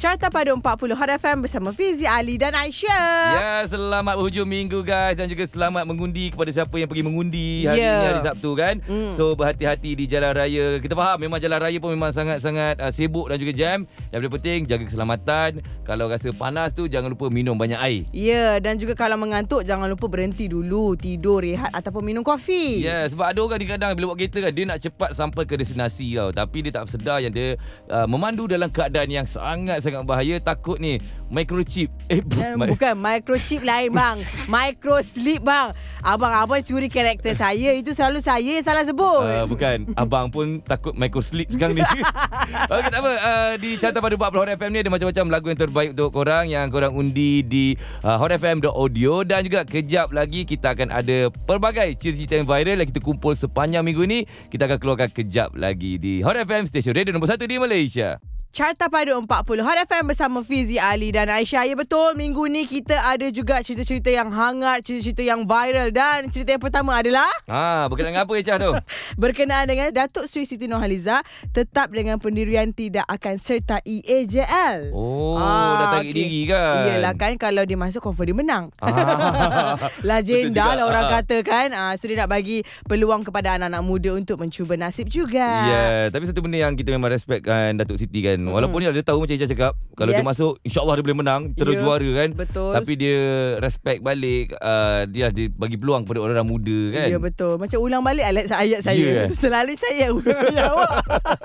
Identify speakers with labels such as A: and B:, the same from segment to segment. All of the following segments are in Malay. A: Carta Padu 40 Hot FM bersama Fizi, Ali dan Aisyah.
B: Ya, selamat berhujung minggu guys dan juga selamat mengundi kepada siapa yang pergi mengundi hari
A: Ya.
B: ini hari Sabtu kan.
A: Mm.
B: So berhati-hati di jalan raya. Kita faham memang jalan raya pun memang sangat-sangat uh, sibuk dan juga jam. Yang paling penting jaga keselamatan. Kalau rasa panas tu jangan lupa minum banyak air.
A: Ya, dan juga kalau mengantuk jangan lupa berhenti dulu, tidur, rehat ataupun minum kopi.
B: Ya, yeah, sebab ada orang kadang-kadang bila buat kereta kan dia nak cepat sampai ke destinasi tau. Tapi dia tak sedar yang dia uh, memandu dalam keadaan yang sangat-sangat bahaya. Takut ni microchip. Eh, bu-
A: Eh,
B: mi-
A: Bukan microchip lain bang Micro sleep bang Abang-abang curi
B: Eh.
A: karakter saya Itu selalu saya yang salah sebut
B: Uh, bukan Abang pun takut Michael sleep sekarang ni Okey tak apa uh, Di carta pada 40 Hot FM ni Ada macam-macam lagu yang terbaik untuk korang Yang korang undi di uh, hotfm.audio Dan juga kejap lagi Kita akan ada Pelbagai cerita-cerita yang viral Yang kita kumpul sepanjang minggu ni Kita akan keluarkan kejap lagi Di Hot FM Station Radio nombor 1 di Malaysia
A: Carta Padu 40 Hot FM bersama Fizi Ali dan Aisyah. Ya betul, minggu ni kita ada juga cerita-cerita yang hangat, cerita-cerita yang viral dan cerita yang pertama adalah
B: Ha, berkenaan dengan apa Ecah tu?
A: berkenaan dengan Datuk Sri Siti Nurhaliza tetap dengan pendirian tidak akan E sertai AJL.
B: Oh, dah
A: Ah,
B: tarik
A: okey.
B: diri kan?
A: Iyalah kan kalau dia masuk confirm dia menang.
B: Ah. Betul
A: Legenda
B: juga.
A: lah orang
B: Ah.
A: kata kan. Ah, so dia nak bagi peluang kepada anak-anak muda untuk mencuba nasib juga. Ah.
B: Yeah, Ya, tapi satu benda yang kita memang respect kan Datuk Siti kan. Walaupun dia tahu macam Ica cakap, kalau
A: Yes.
B: dia masuk insya-Allah dia boleh menang, terus
A: Ya,
B: juara kan.
A: betul.
B: Tapi dia respect balik uh, dia, dia bagi peluang kepada orang muda kan.
A: Ya betul. Macam ulang balik ayat ayat
B: Ya,
A: saya.
B: eh?
A: Selalu saya yang ulang ayat awak.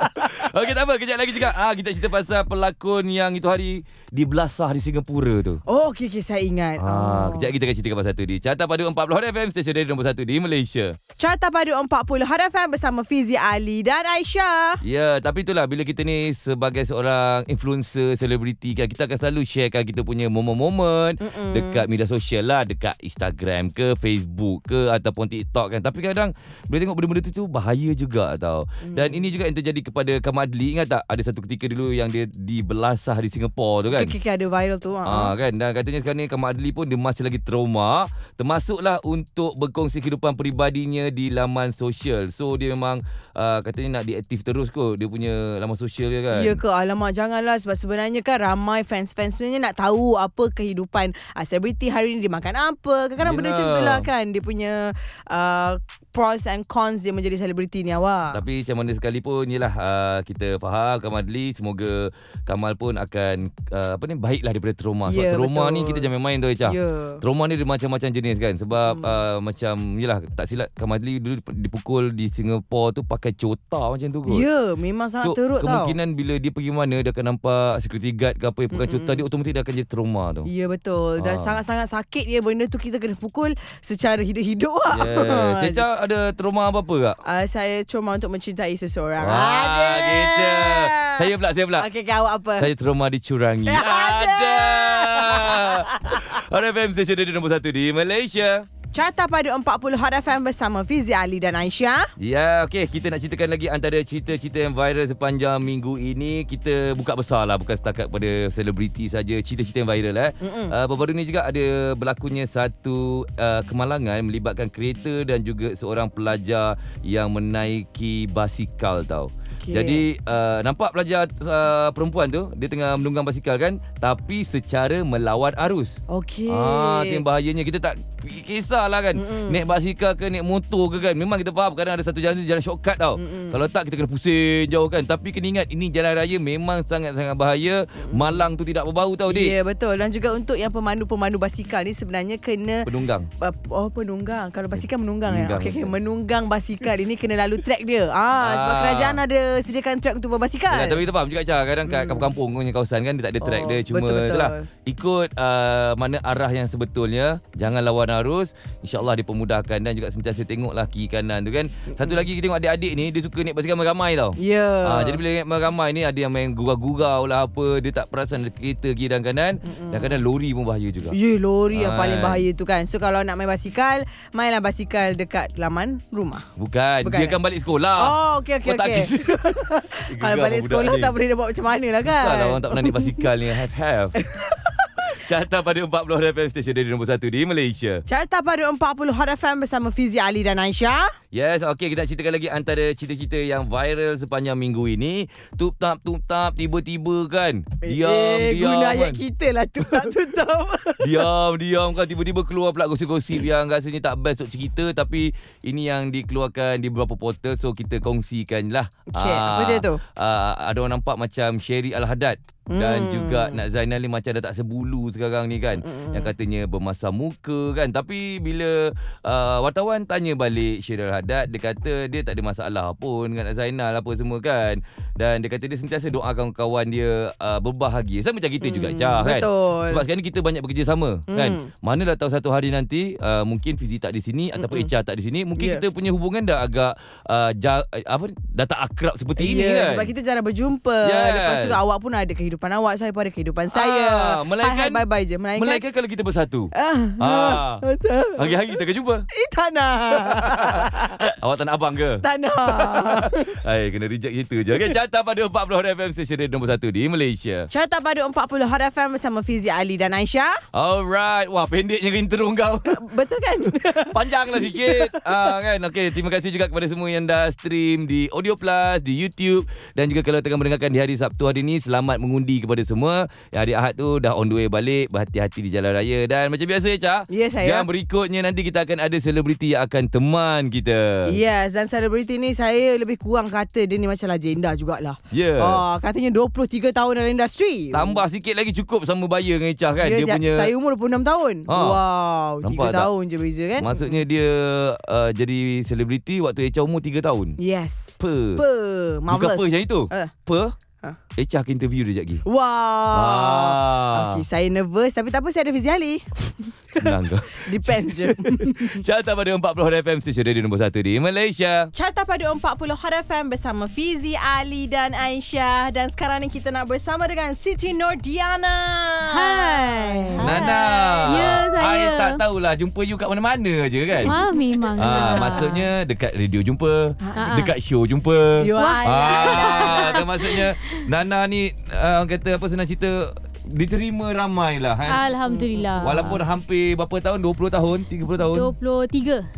B: Okey tak apa, kejap lagi juga ah kita cerita pasal pelakon yang itu hari di belasah di Singapura tu.
A: Oh, okey okey saya ingat.
B: Ah,
A: oh.
B: kejap kita akan cerita pasal tu di Carta Padu 40 Hot FM stesen radio nombor 1 di Malaysia.
A: Carta Padu 40 Hot FM bersama Fizi Ali dan Aisyah.
B: Ya, tapi itulah bila kita ni sebagai seorang influencer, selebriti kan, kita akan selalu sharekan kita punya momen-momen
A: Mm-mm.
B: dekat media sosial lah, dekat Instagram ke, Facebook ke ataupun TikTok kan. Tapi kadang bila tengok benda-benda tu tu bahaya juga tau.
A: Mm.
B: Dan ini juga yang terjadi kepada Kamadli ingat tak? Ada satu ketika dulu yang dia dibelasah di Singapura tu kan.
A: Okey okey ada viral tu.
B: Ah
A: Ha.
B: kan dan katanya sekarang ni Kamal Adli pun dia masih lagi trauma termasuklah untuk berkongsi kehidupan peribadinya di laman sosial. So dia memang uh, katanya nak diaktif terus kot dia punya laman sosial dia kan.
A: Ya ke? Alamak janganlah sebab sebenarnya kan ramai fans-fans sebenarnya nak tahu apa kehidupan ah, selebriti hari ni dia makan apa. Kadang-kadang benda macam tu
B: Yelah.
A: lah kan. Dia punya uh, pros and cons dia menjadi selebriti ni awak.
B: Tapi macam mana sekalipun Yelah uh, Kita faham Kamal Adli Semoga Kamal pun akan uh, Apa ni Baiklah daripada trauma Sebab
A: Ya,
B: trauma
A: betul.
B: ni Kita jangan main-main tau Icah
A: Ya.
B: Trauma ni dia macam-macam jenis kan Sebab hmm. uh, macam Yelah tak silap Kamal Adli dulu dipukul Di Singapura tu Pakai cota macam tu kot
A: Ya, memang sangat
B: so,
A: teruk tau.
B: kemungkinan bila dia pergi mana dia akan nampak security guard ke apa yang pakai cuta dia otomatik dia akan jadi trauma tu.
A: Ya betul Dan
B: Ah.
A: sangat-sangat sakit ya Benda tu kita kena pukul Secara hidup-hidup lah
B: Yeah. Ceca Ya. ada trauma apa-apa tak?
A: Uh, saya cuma untuk mencintai seseorang.
B: Wah, kita. Saya pula, saya pula.
A: Okey, okay, awak apa?
B: Saya trauma dicurangi.
A: Ada.
B: Ada. Ada FM station radio nombor satu di Malaysia.
A: Carta Padu 40 Hot FM bersama Fizi Ali dan Aisyah.
B: Ya, okey. Kita nak ceritakan lagi antara cerita-cerita yang viral sepanjang minggu ini. Kita buka besar lah. Bukan setakat pada selebriti saja. Cerita-cerita yang viral. Eh. Uh, baru ni juga ada berlakunya satu uh, kemalangan melibatkan kereta dan juga seorang pelajar yang menaiki basikal tau.
A: Okey.
B: Okay. Jadi uh, nampak pelajar uh, perempuan tu dia tengah menunggang basikal kan tapi secara melawan arus.
A: Okey.
B: Ah, tu yang bahayanya kita tak kisahlah kan. Mm-mm. Naik basikal ke naik motor ke kan. Memang kita faham kadang ada satu jalan tu jalan shortcut tau. Mm-mm. Kalau tak kita kena pusing jauh kan. Tapi kena ingat ini jalan raya memang sangat-sangat bahaya. Malang tu tidak berbau tau
A: Ya,
B: dik. Yeah.
A: betul. Dan juga untuk yang pemandu-pemandu basikal ni sebenarnya kena
B: Penunggang.
A: Uh, Oh penunggang Kalau basikal menunggang, menunggang ya?
B: Menunggang,
A: okay, okay.
B: betul.
A: Menunggang basikal Ini kena lalu track dia ah, Sebab
B: Ah.
A: kerajaan ada Sediakan track untuk berbasikal
B: Yalah, Ya, tapi kita faham juga Cah Kadang kat kampung-kampung punya kawasan kan Dia tak ada track
A: Oh,
B: dia Cuma
A: betul-betul.
B: itulah Ikut uh, mana arah yang sebetulnya Jangan lawan arus InsyaAllah dipermudahkan Dan juga sentiasa tengoklah kiri kanan tu kan Satu lagi kita tengok adik-adik ni Dia suka naik basikal ramai-ramai tau
A: Ya
B: Ah, jadi bila ingat ramai ni ada yang main gurau-gurau lah apa dia tak perasan ada kereta kiri dan kanan dan kadang lori pun bahaya juga.
A: Ya, lori yang
B: Hai.
A: paling bahaya tu kan. So kalau nak main basikal, mainlah basikal dekat laman rumah.
B: Bukan,
A: Bukan,
B: Bukan dia
A: eh?
B: kan balik sekolah.
A: Oh, okey okey
B: Kau tak
A: okey.
B: kira.
A: kalau
B: Geram
A: balik
B: budak
A: sekolah
B: ni.
A: tak boleh nak buat macam mana lah kan.
B: Salah orang tak pernah naik basikal ni have have. Carta pada 40 FM station dari nombor 1 di Malaysia.
A: Carta Padu 40 Hot FM bersama Fizi Ali dan Aisyah.
B: Yes, okey kita nak ceritakan lagi antara cerita-cerita yang viral sepanjang minggu ini. Tup tap tup tap tiba-tiba kan. Diam
A: eh,
B: diam.
A: Guna
B: kan.
A: ayat kita lah tu tak tutup.
B: Diam diam kan tiba-tiba keluar pula gosip-gosip yang rasanya tak best untuk cerita tapi ini yang dikeluarkan di beberapa portal so kita kongsikan lah.
A: Okey, apa dia tu?
B: ah, ada orang nampak macam Sherry Al-Haddad dan
A: Hmm.
B: juga Nak Zainal ni macam dah tak sebulu sekarang ni kan. Yang katanya bermasam muka kan. Tapi bila uh, wartawan tanya balik Sherry Al-Haddad dia kata dia tak ada masalah pun dengan Nak Zainal apa semua kan. Dan dia kata dia sentiasa doakan kawan dia uh, berbahagia. Sama macam kita juga Jah
A: Hmm,
B: kan.
A: Betul.
B: Sebab sekarang ni kita banyak bekerjasama
A: Hmm.
B: mm. kan. Manalah tahu satu hari nanti uh, mungkin Fizi tak di sini ataupun
A: Hmm.
B: Echa tak di sini, mungkin
A: Yeah.
B: yeah. kita punya hubungan dah agak uh, ja, apa dah tak akrab seperti ini
A: Ya,
B: kan.
A: sebab kita jarang berjumpa.
B: Yes. Ah,
A: Lepas tu awak pun ada kehidupan awak, saya pun ada kehidupan saya.
B: melainkan
A: Hai, hai, bye-bye je. Melainkan,
B: melainkan kalau kita bersatu.
A: Ah, ah.
B: Ah.
A: Betul.
B: Hari-hari kita akan jumpa.
A: Eh, tak nak.
B: Awak tak nak abang ke?
A: tak nak.
B: Hai, kena reject kita je. Okay, carta pada 40 FM station radio nombor 1 di Malaysia.
A: Carta Padu 40 Hot FM bersama Fizi Ali dan Aisyah.
B: Alright. Wah, pendeknya intro kau.
A: Betul kan?
B: Panjanglah sikit ah, kan? Okay, terima kasih juga kepada semua yang dah stream Di Audio Plus Di YouTube Dan juga kalau tengah mendengarkan Di hari Sabtu hari ni Selamat mengundi kepada semua Yang hari Ahad tu Dah on the way balik Berhati-hati di jalan raya Dan macam biasa Echa
A: Ya, saya.
B: Yang berikutnya nanti kita akan ada Selebriti yang akan teman kita
A: Yes, dan selebriti ni saya lebih kurang kata dia ni macam legenda jugalah.
B: Ya.
A: Ah, katanya 23 tahun dalam industri.
B: Tambah sikit lagi cukup sama bayar dengan Echa kan
A: dia,
B: Dia, punya
A: Ya, Saya umur 26 tahun.
B: Ha.
A: Wow, 3
B: Nampak tak?
A: tahun je beza kan?
B: Maksudnya dia uh, jadi selebriti waktu Echa umur 3 tahun
A: Yes.
B: Apa?
A: Apa?
B: Bukan
A: Marvelous.
B: apa macam itu
A: Eh.
B: Apa?
A: Ha.
B: Echa akan interview dia sekejap lagi
A: Wow.
B: Ah.
A: Okay, saya nervous tapi tak apa saya ada Fizi Ali.
B: Senang kau
A: Depends je.
B: Carta pada 40 FM Stesen radio nombor 1 di Malaysia
A: Carta Padu 40 Hot FM bersama Fizi, Ali dan Aisyah. Dan sekarang ni kita nak bersama dengan Siti Nordiana.
C: Hai.
B: Nana
C: Ah. Ya, saya.
B: I tak tahulah Jumpa you kat mana-mana je kan
C: Ah, memang.
B: Ah,
C: lah.
B: maksudnya dekat radio jumpa,
C: Ah.
B: dekat show jumpa.
A: You are.
B: Ah, tu maksudnya Nana ni ah, orang kata apa senang cerita diterima ramai lah kan.
C: Alhamdulillah.
B: Walaupun hampir berapa tahun 20 tahun 30 tahun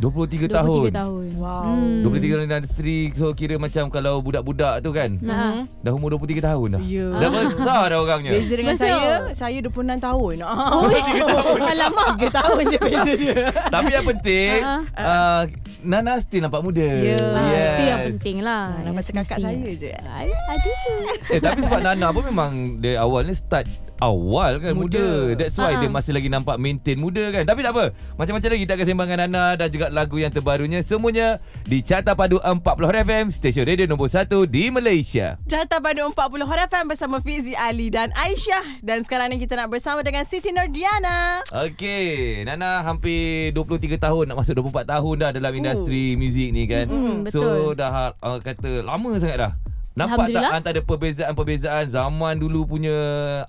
C: 23.
B: 23,
C: 23
B: tahun
C: tahun.
A: Wow.
C: Hmm.
B: 23 tahun industri So kira macam Kalau budak-budak tu kan
C: Nah.
B: Dah umur 23 tahun dah
A: Ya.
B: Dah besar dah orangnya
A: Beza dengan
C: Betul.
A: saya, saya 26 tahun. Ah.
C: Oh, alamak.
A: 3 tahun je beza dia.
B: Tapi yang penting
C: Ah,
B: uh, Nana still nampak muda
A: Ya.
C: Ah,
B: Yes.
C: Itu yang penting lah.
A: Nak macam kakak saya je.
C: Ay, aduh.
B: Eh tapi sebab Nana pun memang Dari awal ni start Awal kan muda,
A: Muda.
B: That's why
C: Ah.
B: dia masih lagi nampak Maintain muda kan Tapi tak apa Macam-macam lagi Kita akan sembang dengan Nana Dan juga lagu yang terbarunya Semuanya Di Carta Padu 40 FM Stesen radio nombor 1 Di Malaysia
A: Carta Padu 40 Hot FM bersama Fizi, Ali dan Aisyah. Dan sekarang ni kita nak bersama dengan Siti Nordiana.
B: Okay Nana hampir 23 tahun Nak masuk 24 tahun dah Dalam industri muzik ni kan
C: Oh. Mm-mm,
B: So
C: betul.
B: dah uh, kata Lama sangat dah Nampak tak
C: Alhamdulillah.
B: antara perbezaan-perbezaan Zaman dulu punya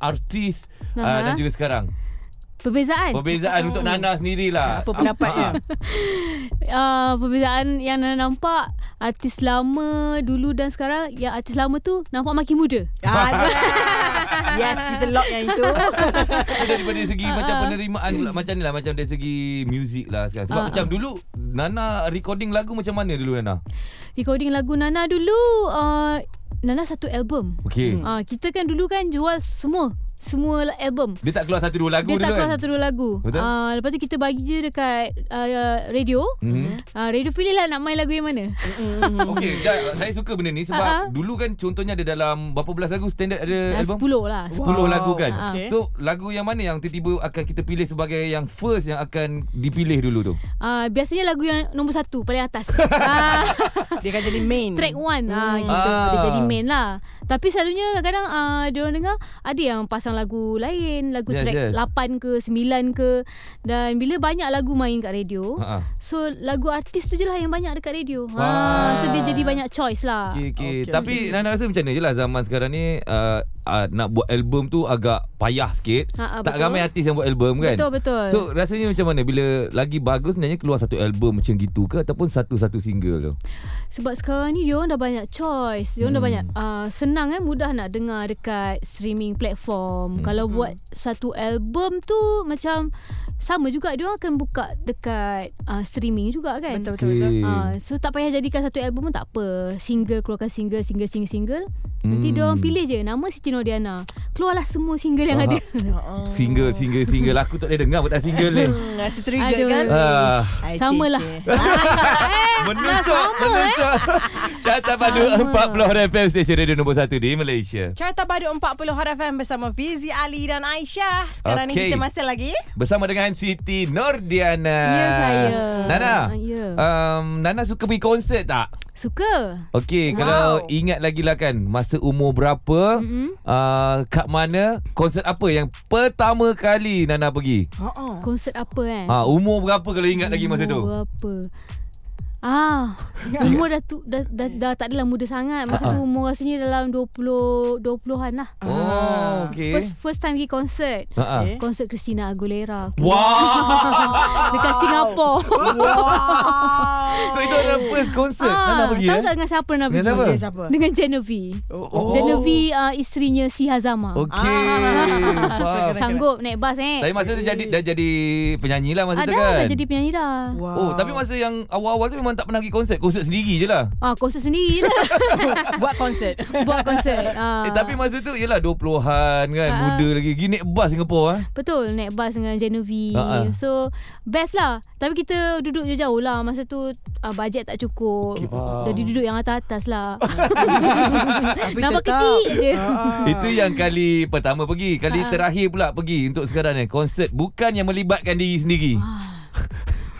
B: artis uh,
C: Aha.
B: Dan juga sekarang
C: Perbezaan.
B: Perbezaan untuk Nana sendirilah
A: Apa pendapatnya?
B: Ah, ah.
C: Ah, perbezaan yang Nana nampak artis lama dulu dan sekarang yang artis lama tu nampak makin muda.
A: Ah. Ada. ya. yes, kita lock yang itu.
B: Itu daripada segi macam
C: Ah.
B: penerimaan pula Macam ni lah Macam dari segi muzik lah sekarang Sebab
C: Ah,
B: macam dulu Nana recording lagu macam mana dulu Nana?
C: Recording lagu Nana dulu, uh, Nana satu album.
B: Okay
C: Ah, kita kan dulu kan jual semua, semua album.
B: Dia tak keluar satu dua lagu
C: Dia
B: dulu
C: tak keluar
B: kan?
C: satu dua lagu.
B: Betul.
C: Ah, lepas tu kita bagi je dekat uh, radio.
B: Mhm.
C: Ah, radio pilih lah nak main lagu yang mana. Hmm.
B: Okey, Jad, saya suka benda ni sebab
C: Ah, ah.
B: dulu kan contohnya ada dalam berapa belas lagu standard ada
C: Ah,
B: album?
C: Sepuluh Ha. lah. Sepuluh.
B: Sepuluh
A: Wow.
B: lagu kan.
A: Ah, ah.
B: So lagu yang mana yang tiba-tiba akan kita pilih sebagai yang first yang akan dipilih dulu tu?
C: Ah, biasanya lagu yang nombor satu paling atas. Ah,
A: Dia akan jadi main.
C: track one. Ah,
B: Hmm.
C: gitu.
B: Ah.
C: Dia jadi main lah. Tapi selalunya kadang-kadang ah, dia orang dengar ada yang pasang lagu lain, lagu
B: Yes,
C: track
B: yes.
C: lapan ke sembilan ke dan bila banyak lagu main kat radio,
B: Ha ah.
C: so lagu artis tu je lah yang banyak dekat radio. Ha,
B: Wah.
C: so dia jadi banyak choice lah.
B: Okay,
A: Okey,
B: okay. Tapi Nana rasa macam mana je lah zaman sekarang ni uh, uh, nak buat album tu agak payah sikit.
C: Ha, ah,
B: tak
C: betul.
B: ramai artis yang buat album kan?
C: Betul betul.
B: So rasanya macam mana bila lagi bagus sebenarnya keluar satu album macam gitu ke ataupun satu-satu single tu?
C: Sebab sekarang ni diorang dah banyak choice. Diorang hmm. dah
B: Hmm.
C: banyak uh, senang kan mudah nak dengar
B: Hmm.
C: dekat streaming platform. Hmm. Kalau buat satu album tu macam sama juga dia orang akan buka dekat uh, streaming juga kan.
A: Betul betul betul.
B: Okay.
C: Uh, so tak payah jadikan satu album pun tak apa. Single keluarkan single, single single single. Nanti
B: Hmm.
C: dia orang pilih je nama Siti Nodiana. Keluarlah semua single yang
B: Faham.
C: ada.
A: Oh.
B: Single, single, single. Aku tak boleh dengar pun tak single ni.
A: Hmm, rasa trigger
C: Aduh.
A: kan?
B: Ah.
A: Ay,
C: Sama
A: cik,
C: lah.
A: cik.
C: eh?
B: Menusuk, menusuk. Carta Padu
C: Ah, Sama.
B: 40 FM Stesen Radio nombor 1 di Malaysia.
A: Carta Badu 40 Hot FM bersama Fizi Ali dan Aisyah. Sekarang ni
B: Okey.
A: kita masih lagi.
B: Bersama dengan Siti Nordiana.
C: Ya saya.
B: Nana.
C: Ya.
B: Um, Nana suka pergi konsert tak?
C: Suka.
B: Okey, wow.
A: Wow.
B: kalau ingat lagi lah kan masa umur berapa,
C: Mm-mm.
B: uh, kat mana, konsert apa yang pertama kali Nana pergi?
A: Ha-ha.
C: Konsert apa eh?
B: Ha, umur berapa kalau ingat lagi masa tu?
C: Umur berapa? Ah, umur dah, tu, dah, dah, dah tak adalah muda sangat.
B: Ah,
C: Masa tu umur rasanya dalam 20 20-an lah.
B: Oh, okey.
C: First first time pergi konsert.
B: Ha-ha.
A: Okay.
C: Konsert Christina Aguilera.
B: Wow.
C: Dekat Singapore.
A: Wow.
B: so itu adalah first concert ah, Nana pergi
C: tahu
B: eh?
C: tak dengan siapa Nana
B: Dengan
C: pergi?
B: siapa?
A: Dia siapa?
C: Dengan Genevieve.
B: Oh.
C: Genevieve uh, isterinya si Hazama.
B: Okey.
A: Ah.
B: Faham.
A: Kena-
C: Sanggup naik bas eh.
B: Tapi masa tu jadi dah jadi penyanyi lah masa
C: Ada
B: tu kan.
C: Ah, dah jadi penyanyi dah.
A: Wow.
B: Oh, tapi masa yang awal-awal tu memang tak pernah pergi konsert. Konsert sendiri je lah.
C: Ah, konsert sendiri lah
A: buat konsert.
C: buat konsert. Ah.
B: Eh, tapi masa tu yelah 20-an kan.
C: Ah.
B: Muda lagi. Pergi naik bas Singapura. Eh.
C: Betul naik bas dengan Genevieve
B: Ha, ha.
C: uh-huh. So best lah Tapi kita duduk jauh-jauh lah Masa tu uh, bajet tak cukup
B: Okey, faham.
C: Jadi duduk yang atas-atas lah
A: Tapi
C: Nampak
A: tetap.
C: kecil je
A: Ah.
B: Itu yang kali pertama pergi. Kali
C: Ah.
B: terakhir pula pergi untuk sekarang ni. Konsert bukan yang melibatkan diri sendiri.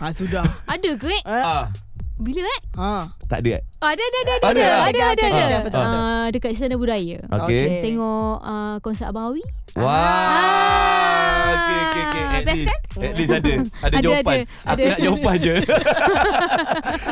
A: Ha sudah.
C: Ah, Ada ke eh?
A: Ah.
B: Ah.
C: Bila eh?
A: Ha.
B: Tak ada eh?
C: Ah, Ada ada ada ada
B: Ada,
C: ada
B: ada,
C: ada, ada,
A: okey,
C: ada.
A: okey,
C: ada.
A: betul, betul.
C: Ah, Dekat Istana Budaya
B: Okey.
A: Okey.
C: Tengok uh, konsert Abang Awi
B: Wow.
C: Ah.
B: Okey, okey, okey. At
C: Best
B: least,
C: kan?
B: at least ada. Ada
C: Ada,
B: jawapan.
C: ada,
B: Aku
C: ada.
B: nak jawapan je.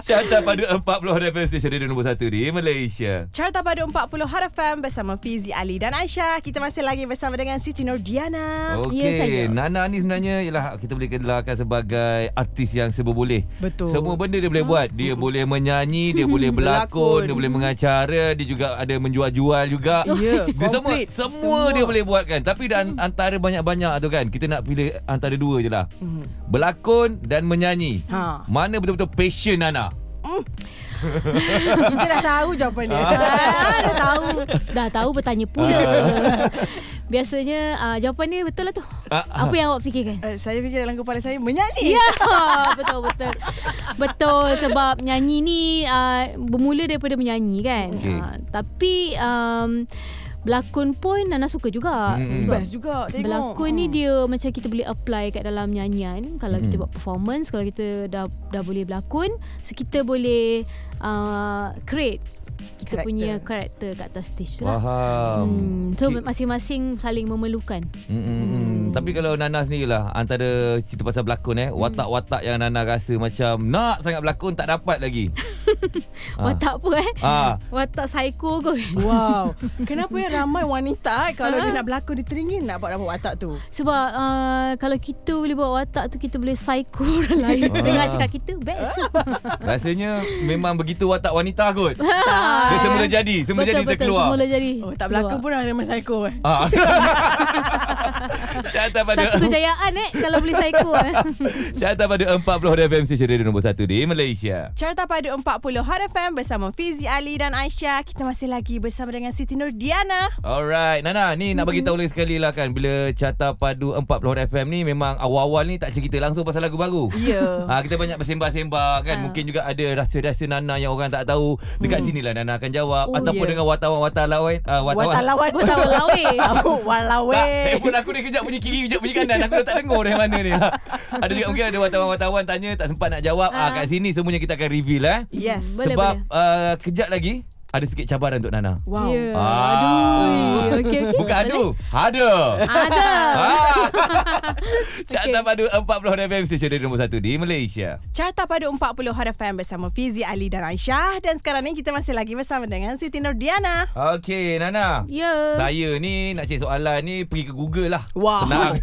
B: Carta pada 40 Radio Station Radio nombor 1 di Malaysia.
A: Carta Padu 40 Hot FM bersama Fizi Ali dan Aisyah. Kita masih lagi bersama dengan Siti Nordiana.
B: Okey,
C: Ya, saya.
B: Nana ni sebenarnya ialah kita boleh kenalkan sebagai artis yang serba boleh.
A: Betul.
B: Semua benda dia boleh buat. Dia boleh menyanyi, dia boleh
A: Berlakon.
B: berlakon, dia boleh mengacara, dia juga ada menjual-jual juga.
A: Ya,
B: Dia semua,
A: complete.
B: semua dia boleh buat kan. Tapi dan antara banyak-banyak tu kan, kita nak pilih antara dua je lah. Berlakon dan menyanyi.
A: Ha.
B: Mana betul-betul passion Nana?
A: Kita dah tahu jawapan dia.
C: ah, Dah tahu Dah tahu bertanya pula Biasanya uh, jawapan dia betul lah tu
B: Ah,
C: Apa yang awak fikirkan?
A: Uh, saya fikir dalam kepala saya menyanyi.
C: Ya, betul betul. Betul sebab nyanyi ni uh, bermula daripada menyanyi kan.
B: Okey.
C: Uh, tapi um, berlakon pun Nana suka juga.
B: Mm-mm.
C: Sebab
A: Best juga tengok. Hmm.
C: Berlakon ni dia macam kita boleh apply kat dalam nyanyian kalau
B: Mm-hmm.
C: kita buat performance kalau kita dah dah boleh berlakon so kita boleh uh, create
A: Karakter.
C: kita punya karakter kat atas stage lah.
B: Faham.
C: Hmm, so
B: Okey.
C: masing-masing saling memerlukan.
B: Mm, mm,
C: Hmm.
B: mm. Tapi kalau Nana sendirilah antara cerita pasal berlakon eh, watak-watak yang Nana rasa macam nak sangat berlakon tak dapat lagi. Ah.
C: Watak apa eh?
B: ah,
C: Watak psycho kot.
A: Wow. Kenapa yang ramai wanita eh, kalau
C: Ah.
A: dia nak berlakon dia teringin nak buat apa watak tu? Oh,
C: Sebab uh, kalau kita boleh buat watak tu kita boleh psycho orang lain.
B: Ah.
C: Dengar cakap kita best.
B: rasanya memang begitu watak wanita kot. Dia
A: Tak.
B: semula jadi, semula
C: betul
B: jadi
C: betul
B: terkeluar.
C: semula jadi.
A: Oh, tak berlakon pun dah memang psycho eh.
B: Ah. Carta pada
C: Satu kejayaan eh kalau boleh psycho. eh.
B: Carta pada 40 FM Station Radio nombor 1 di Malaysia.
A: Carta Padu 40 Hot FM bersama Fizi Ali dan Aisyah. Kita masih lagi bersama dengan Siti Nordiana.
B: Alright, Nana, ni nak bagi
C: Hmm.
B: tahu lagi sekali lah kan bila Carta Padu 40 FM ni memang awal-awal ni tak cerita langsung pasal lagu baru.
A: Ya.
B: Ha, kita banyak bersembah-sembah
C: Ah.
B: kan. Mungkin juga ada rahsia-rahsia Nana yang orang tak tahu. Dekat sini sinilah Nana akan jawab
C: Hmm. Oh,
B: ataupun
A: ya.
B: dengan wartawan-wartawan lain. Uh, wartawan.
A: Watak lawan.
C: Kau tahu lah
A: Tahu eh.
C: weh.
B: Tak,
A: walawai.
B: telefon aku ni kejap bunyi kiri, kejap bunyi kanan. Aku dah tak dengar dari mana ni. Ha. Ada juga mungkin ada wartawan-wartawan tanya tak sempat nak jawab. Ah,
C: Ah.
B: kat sini semuanya kita akan reveal eh.
A: Yes.
C: Boleh,
B: Sebab uh, kejap lagi ada sikit cabaran untuk Nana.
A: Wow.
C: Ya.
B: Ah.
C: Aduh. Okey okey.
B: Bukan adu, ada.
C: Ada.
B: Ah. Carta Padu 40 FM Station Radio nombor 1 di Malaysia.
A: Carta Padu 40 Hot FM bersama Fizi Ali dan Aisyah. Dan sekarang ni kita masih lagi bersama dengan Siti Nordiana.
B: Okey, Nana.
C: Ya.
B: Saya ni nak cari soalan ni pergi ke Google lah.
A: Wah.
B: Senang.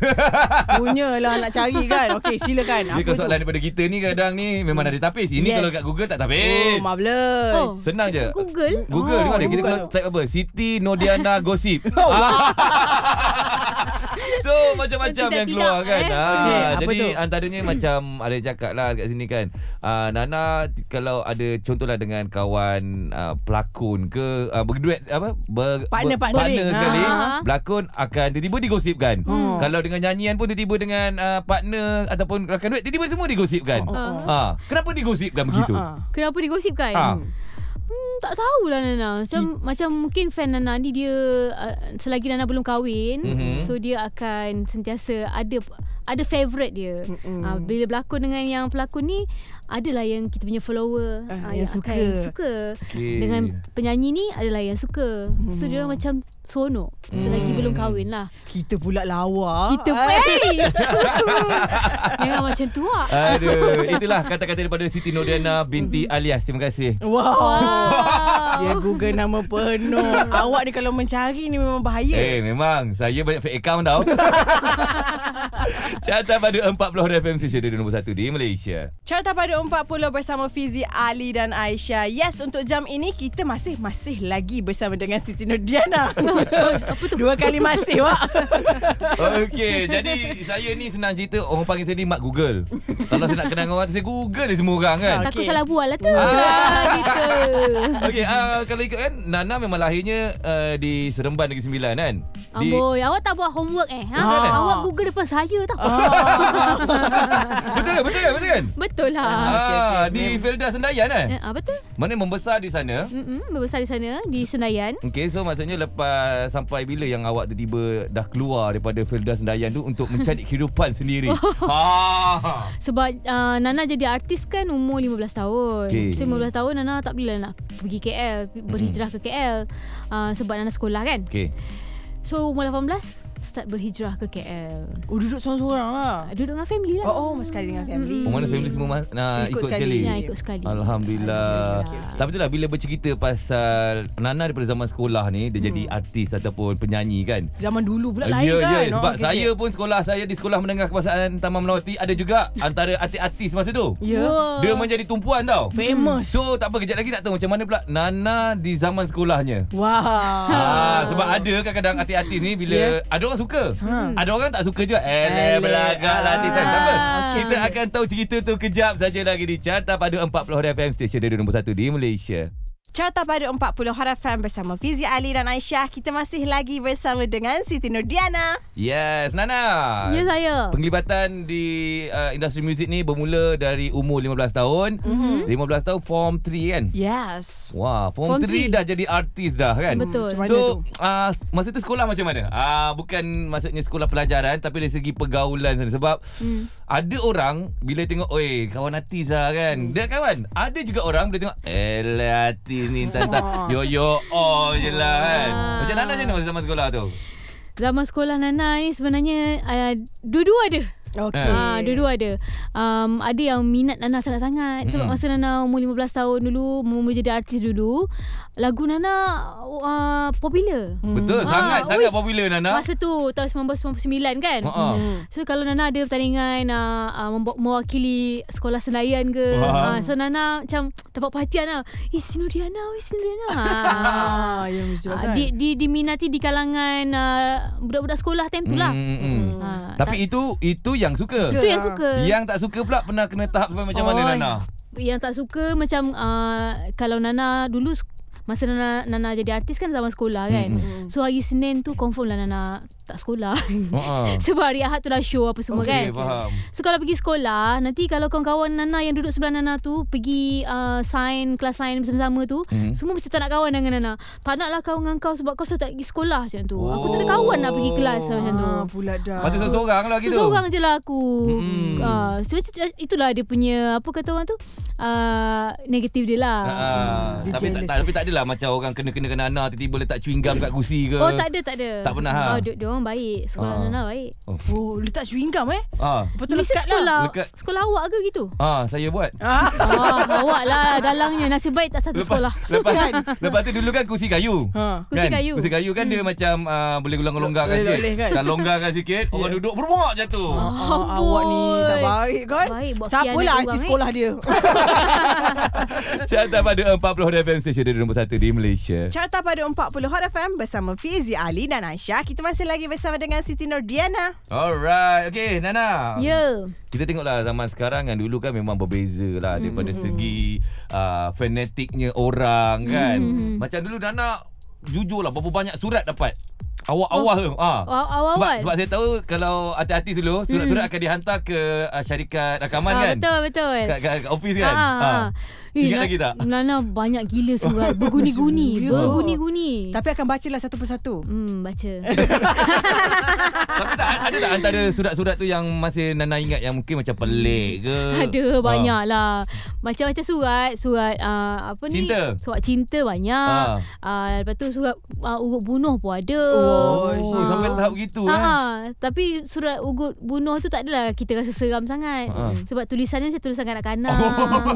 A: Punya lah nak cari kan. Okey silakan.
B: Dia
A: Apa
B: kalau
A: tu?
B: soalan daripada kita ni kadang ni memang ada tapis. Ini
A: Hmm. Yes.
B: kalau kat Google tak
A: Oh,
B: tapis.
A: marvelous.
C: Oh.
B: Senang je.
C: Google.
B: Google
A: Oh,
B: oh, dia kita
A: Google. Oh.
B: kalau type apa? Siti Nodiana Gossip. so macam-macam
C: Tidak,
B: yang
C: tidak,
B: keluar kan.
C: eh.
B: Ha,
A: Okey, apa
B: jadi
A: tu?
B: antaranya macam ada cakap lah kat sini kan. Uh, Nana t- kalau ada contohlah dengan kawan uh, pelakon ke uh, berduet apa ber,
A: Partner,
B: ber-
A: partner. Ah,
B: partner sekali
C: Ha.
B: pelakon akan tiba-tiba digosipkan.
A: Hmm.
B: Kalau dengan nyanyian pun tiba-tiba dengan uh, partner ataupun rakan duet tiba-tiba semua digosipkan.
A: Oh, oh,
B: Ha, kenapa digosipkan begitu?
A: Ha, ha.
C: Ah. Kenapa digosipkan?
B: Ha.
C: Hmm, tak tahulah Nana. Macam macam mungkin fan Nana ni dia uh, selagi Nana belum kahwin,
B: Mhm.
C: mm-hmm. so dia akan sentiasa ada ada favourite dia.
A: Mm-mm.
C: Uh, bila berlakon dengan yang pelakon ni, adalah yang kita punya follower
A: Ah,
C: ah,
A: yang
C: akan
A: suka.
C: suka.
B: Okey.
C: Dengan penyanyi ni adalah yang suka. So dia orang macam seronok selagi belum kahwin lah.
A: Kita pula lawa.
C: Kita
A: Ah.
C: pun hey! Jangan macam tu ah.
B: Aduh, itulah kata-kata daripada Siti Noriana binti Alias. Terima kasih.
A: Wow.
C: Wow.
A: Dia Google nama penuh. Awak ni kalau mencari ni memang bahaya.
B: Eh memang Saya banyak fake account tau Carta pada 40 FM Malaysia Dia nombor 1 di Malaysia
A: Carta pada 40 bersama Fizi, Ali dan Aisyah. Yes, untuk jam ini kita masih-masih lagi bersama dengan Siti Nordiana. Oh,
C: Apa tu?
A: Dua kali masih, Wak.
B: Okey Jadi saya ni senang cerita Orang panggil saya ni Mak Google Kalau saya nak kenal orang tu Saya Google je semua orang kan
C: Takut
A: Okey.
C: salah bual lah tu.
B: Ah.
C: Ah, gitu.
B: Okey uh, Kalau ikut kan Nana memang lahirnya uh, Di Seremban Negeri Sembilan kan di,
C: Amboi, awak tak buat homework eh? Ha?
A: Ah.
C: Awak Google depan saya tau.
B: Ah. Betul kan Betul kan Betul kan
C: Betul
B: Ah,
C: lah.
A: okey, okey.
B: Di Felda Sendayan kan
C: Eh, ah, betul.
B: Mana membesar di sana
C: Mm-mm, berbesar di sana, di Senayan.
B: Okey, so maksudnya lepas sampai bila yang awak tiba-tiba dah keluar daripada Felda Sendayan tu untuk mencari kehidupan sendiri? ha.
C: Sebab uh, Nana jadi artis kan umur 15 tahun.
B: Okey.
C: Okay. So 15 tahun Nana tak boleh lah nak pergi KL, berhijrah ke KL. Uh, sebab Nana sekolah kan.
B: Okey.
C: So umur 18 start berhijrah ke KL.
A: Oh, duduk seorang-seorang lah.
C: Duduk dengan family lah.
A: Oh, oh sekali dengan family.
B: Oh, mana family semua mas- nah,
A: Ikut
B: ikut,
A: sekali.
B: sekali?
C: Ya, ikut sekali.
B: Alhamdulillah.
C: Alhamdulillah.
B: Tapi itulah bila bercerita pasal Nana daripada zaman sekolah ni, dia jadi artis ataupun penyanyi kan?
A: Zaman dulu pula
B: Ya,
A: Hmm. lain
B: ya,
A: kan. Oh,
B: sebab
A: okey,
B: okay, saya
A: okey.
B: pun sekolah saya di Sekolah Menengah Kebangsaan Taman Melawati ada juga antara artis-artis masa tu.
A: Ya.
C: Wow.
B: Dia menjadi tumpuan tau.
A: Famous.
B: So tak apa kejap lagi tak tahu macam mana pula Nana di zaman sekolahnya.
A: Wow.
B: Ah, sebab ada kadang-kadang artis-artis ni bila
A: Ya.
B: yeah. ada orang suka. Ada orang tak suka juga. Eh,
A: Eleh,
B: belagaklah
A: ah.
B: artis kan. Tak apa.
C: Okey.
B: Kita akan tahu cerita tu kejap saja lagi di Carta Padu 40 FM stesen radio nombor 1 di Malaysia.
A: Carta pada 40 harapan bersama Fizi, Ali dan Aisyah. Kita masih lagi bersama dengan Siti Nordiana.
B: Yes, Nana.
C: Ya saya.
B: Penglibatan di uh, industri muzik ni bermula dari umur 15 tahun. Mm-hmm. 15 tahun form 3 kan?
A: Yes.
B: Wah, form 3
C: Form three.
B: dah jadi artis dah kan?
C: Betul.
A: Macam mana
B: so,
A: tu?
B: Uh, masa tu sekolah macam mana? Uh, bukan maksudnya sekolah pelajaran tapi dari segi pergaulan sana sebab hmm. ada orang bila tengok oi kawan artis lah kan. Hmm. Dia kawan. Ada juga orang bila tengok eh artis ni tanta yo yo oh je lah kan.
C: Ah.
B: Macam Nana macam mana masa zaman sekolah tu?
C: Zaman sekolah Nana ni sebenarnya uh, dua-dua ada.
A: Okay.
B: Eh.
C: Ah, dua-dua ada. Um, ada yang minat Nana sangat-sangat sebab
B: Mm-mm.
C: masa Nana umur 15 tahun dulu mula jadi artis dulu, lagu Nana uh, popular.
B: Hmm. Betul,
C: Ah,
B: sangat sangat
C: ui.
B: popular Nana. Ha,
C: Masa tu tahun 1999 kan.
B: Ha-ha.
C: So kalau Nana ada pertandingan uh, uh, mewakili sekolah senayan ke,
B: Wah.
C: uh, so Nana macam dapat perhatian lah. Is Nuriana, is Nuriana. Ah.
A: Ah, ya mesti lah
C: Ah,
A: kan.
C: di, di diminati di kalangan uh, budak-budak sekolah time tu lah.
B: Hmm, hmm, hmm.
C: Ha,
B: Tapi Ya. itu itu yang suka.
C: tak, itu yang suka.
B: Yang tak suka pula pernah kena tahap sampai macam mana
C: Oh,
B: Nana?
C: Yang tak suka macam uh, kalau Nana dulu sk- masa Nana, Nana jadi artis kan zaman sekolah kan.
B: Mm-mm.
C: So hari Senin tu confirm lah Nana tak sekolah.
B: Ha.
C: Sebab hari Ahad tu dah show apa semua
B: Okey,
C: kan.
B: faham.
C: So kalau pergi sekolah, nanti kalau kawan-kawan Nana yang duduk sebelah Nana tu pergi uh, sign kelas sign bersama-sama tu,
B: Mhm.
C: mm-hmm. semua macam tak nak kawan dengan Nana. Tak naklah kawan dengan kau sebab kau selalu tak pergi sekolah macam tu. Oh. Aku tak ada kawan nak pergi kelas macam tu.
A: Ah, pula dah.
B: Lepas tu seorang-seorang lah gitu.
C: Seorang je lah aku
B: Mm-mm.
C: mm. uh, so, macam- Itulah dia punya Apa kata orang tu uh, Negatif dia lah
B: Ah,
A: Dia
B: tapi tak,
A: jealous.
B: tak tapi tak adalah macam orang kena-kena kena Ana tiba-tiba letak chewing gum kat kursi ke.
C: Oh tak ada tak ada
B: Tak pernah, ha?
C: oh, dia, dia orang baik Sekolah
B: Ah.
C: uh. Nana baik
A: Oh, letak chewing gum eh.
B: Ah.
A: Lepas tu
C: Mesti
A: lekat
C: sekolah
A: lah.
B: Lekat.
C: Sekolah awak ke gitu
B: Ah, saya buat.
A: Ah.
C: ah, Awak lah dalangnya Nasib baik tak satu sekolah
B: lepas, lepas tu dulu kan kursi kayu.
A: Ha.
C: Kursi kayu.
B: Kursi kayu kan dia macam uh, boleh golong-golonggarkan
A: Boleh-
B: sikit.
A: boleh kan?
B: Kalau longgarkan sikit, orang duduk bermuak jatuh.
A: Ah, awak ni tak baik kan?
C: Baik, buat
A: Siapa
C: khianat
A: lah
C: orang,
A: arti
C: eh?
A: sekolah dia?
B: Carta pada 40 FM Station dari nombor 1 satu di Malaysia.
A: Carta pada 40 Hot FM bersama Fizi Ali dan Aisyah. Kita masih lagi bersama dengan Siti Nordiana.
B: Alright. Okay, Nana.
C: Ya.
B: Kita tengoklah zaman sekarang kan dulu kan memang berbeza lah
C: Hmm,
B: daripada segi uh, fanatiknya orang kan.
C: Hmm,
B: Macam dulu Nana jujur lah berapa banyak surat dapat. Awal-awal oh. ha.
C: Aw- awal-awal.
B: Sebab, sebab saya tahu kalau hati-hati dulu surat-surat akan dihantar ke uh, syarikat rakaman
C: Hmm. Ah,
B: kan.
C: betul betul. Ah,
B: Kat, kat, kat office kan. Ha. Ingat
C: Eh, Na-
B: lagi tak?
C: Nana banyak gila surat berguni-guni,
A: Serius?
C: berguni-guni.
A: Tapi akan bacalah satu persatu.
C: Hmm, baca.
B: Tapi tak ada tak antara surat-surat tu yang masih Nana ingat yang mungkin macam pelik ke?
C: Ada banyak lah Macam-macam surat Surat uh, apa ni
B: Cinta.
C: Surat cinta banyak
B: Ah.
C: uh, Lepas tu surat uh, Urut bunuh pun ada
B: Oh, oh
C: Ah.
B: sampai tahap gitu
C: Ah,
B: eh.
C: ah. Tapi surat ugut bunuh tu tak adalah kita rasa seram sangat.
B: Ah. Oh.
C: Sebab tulisannya macam tulisan kanak-kanak.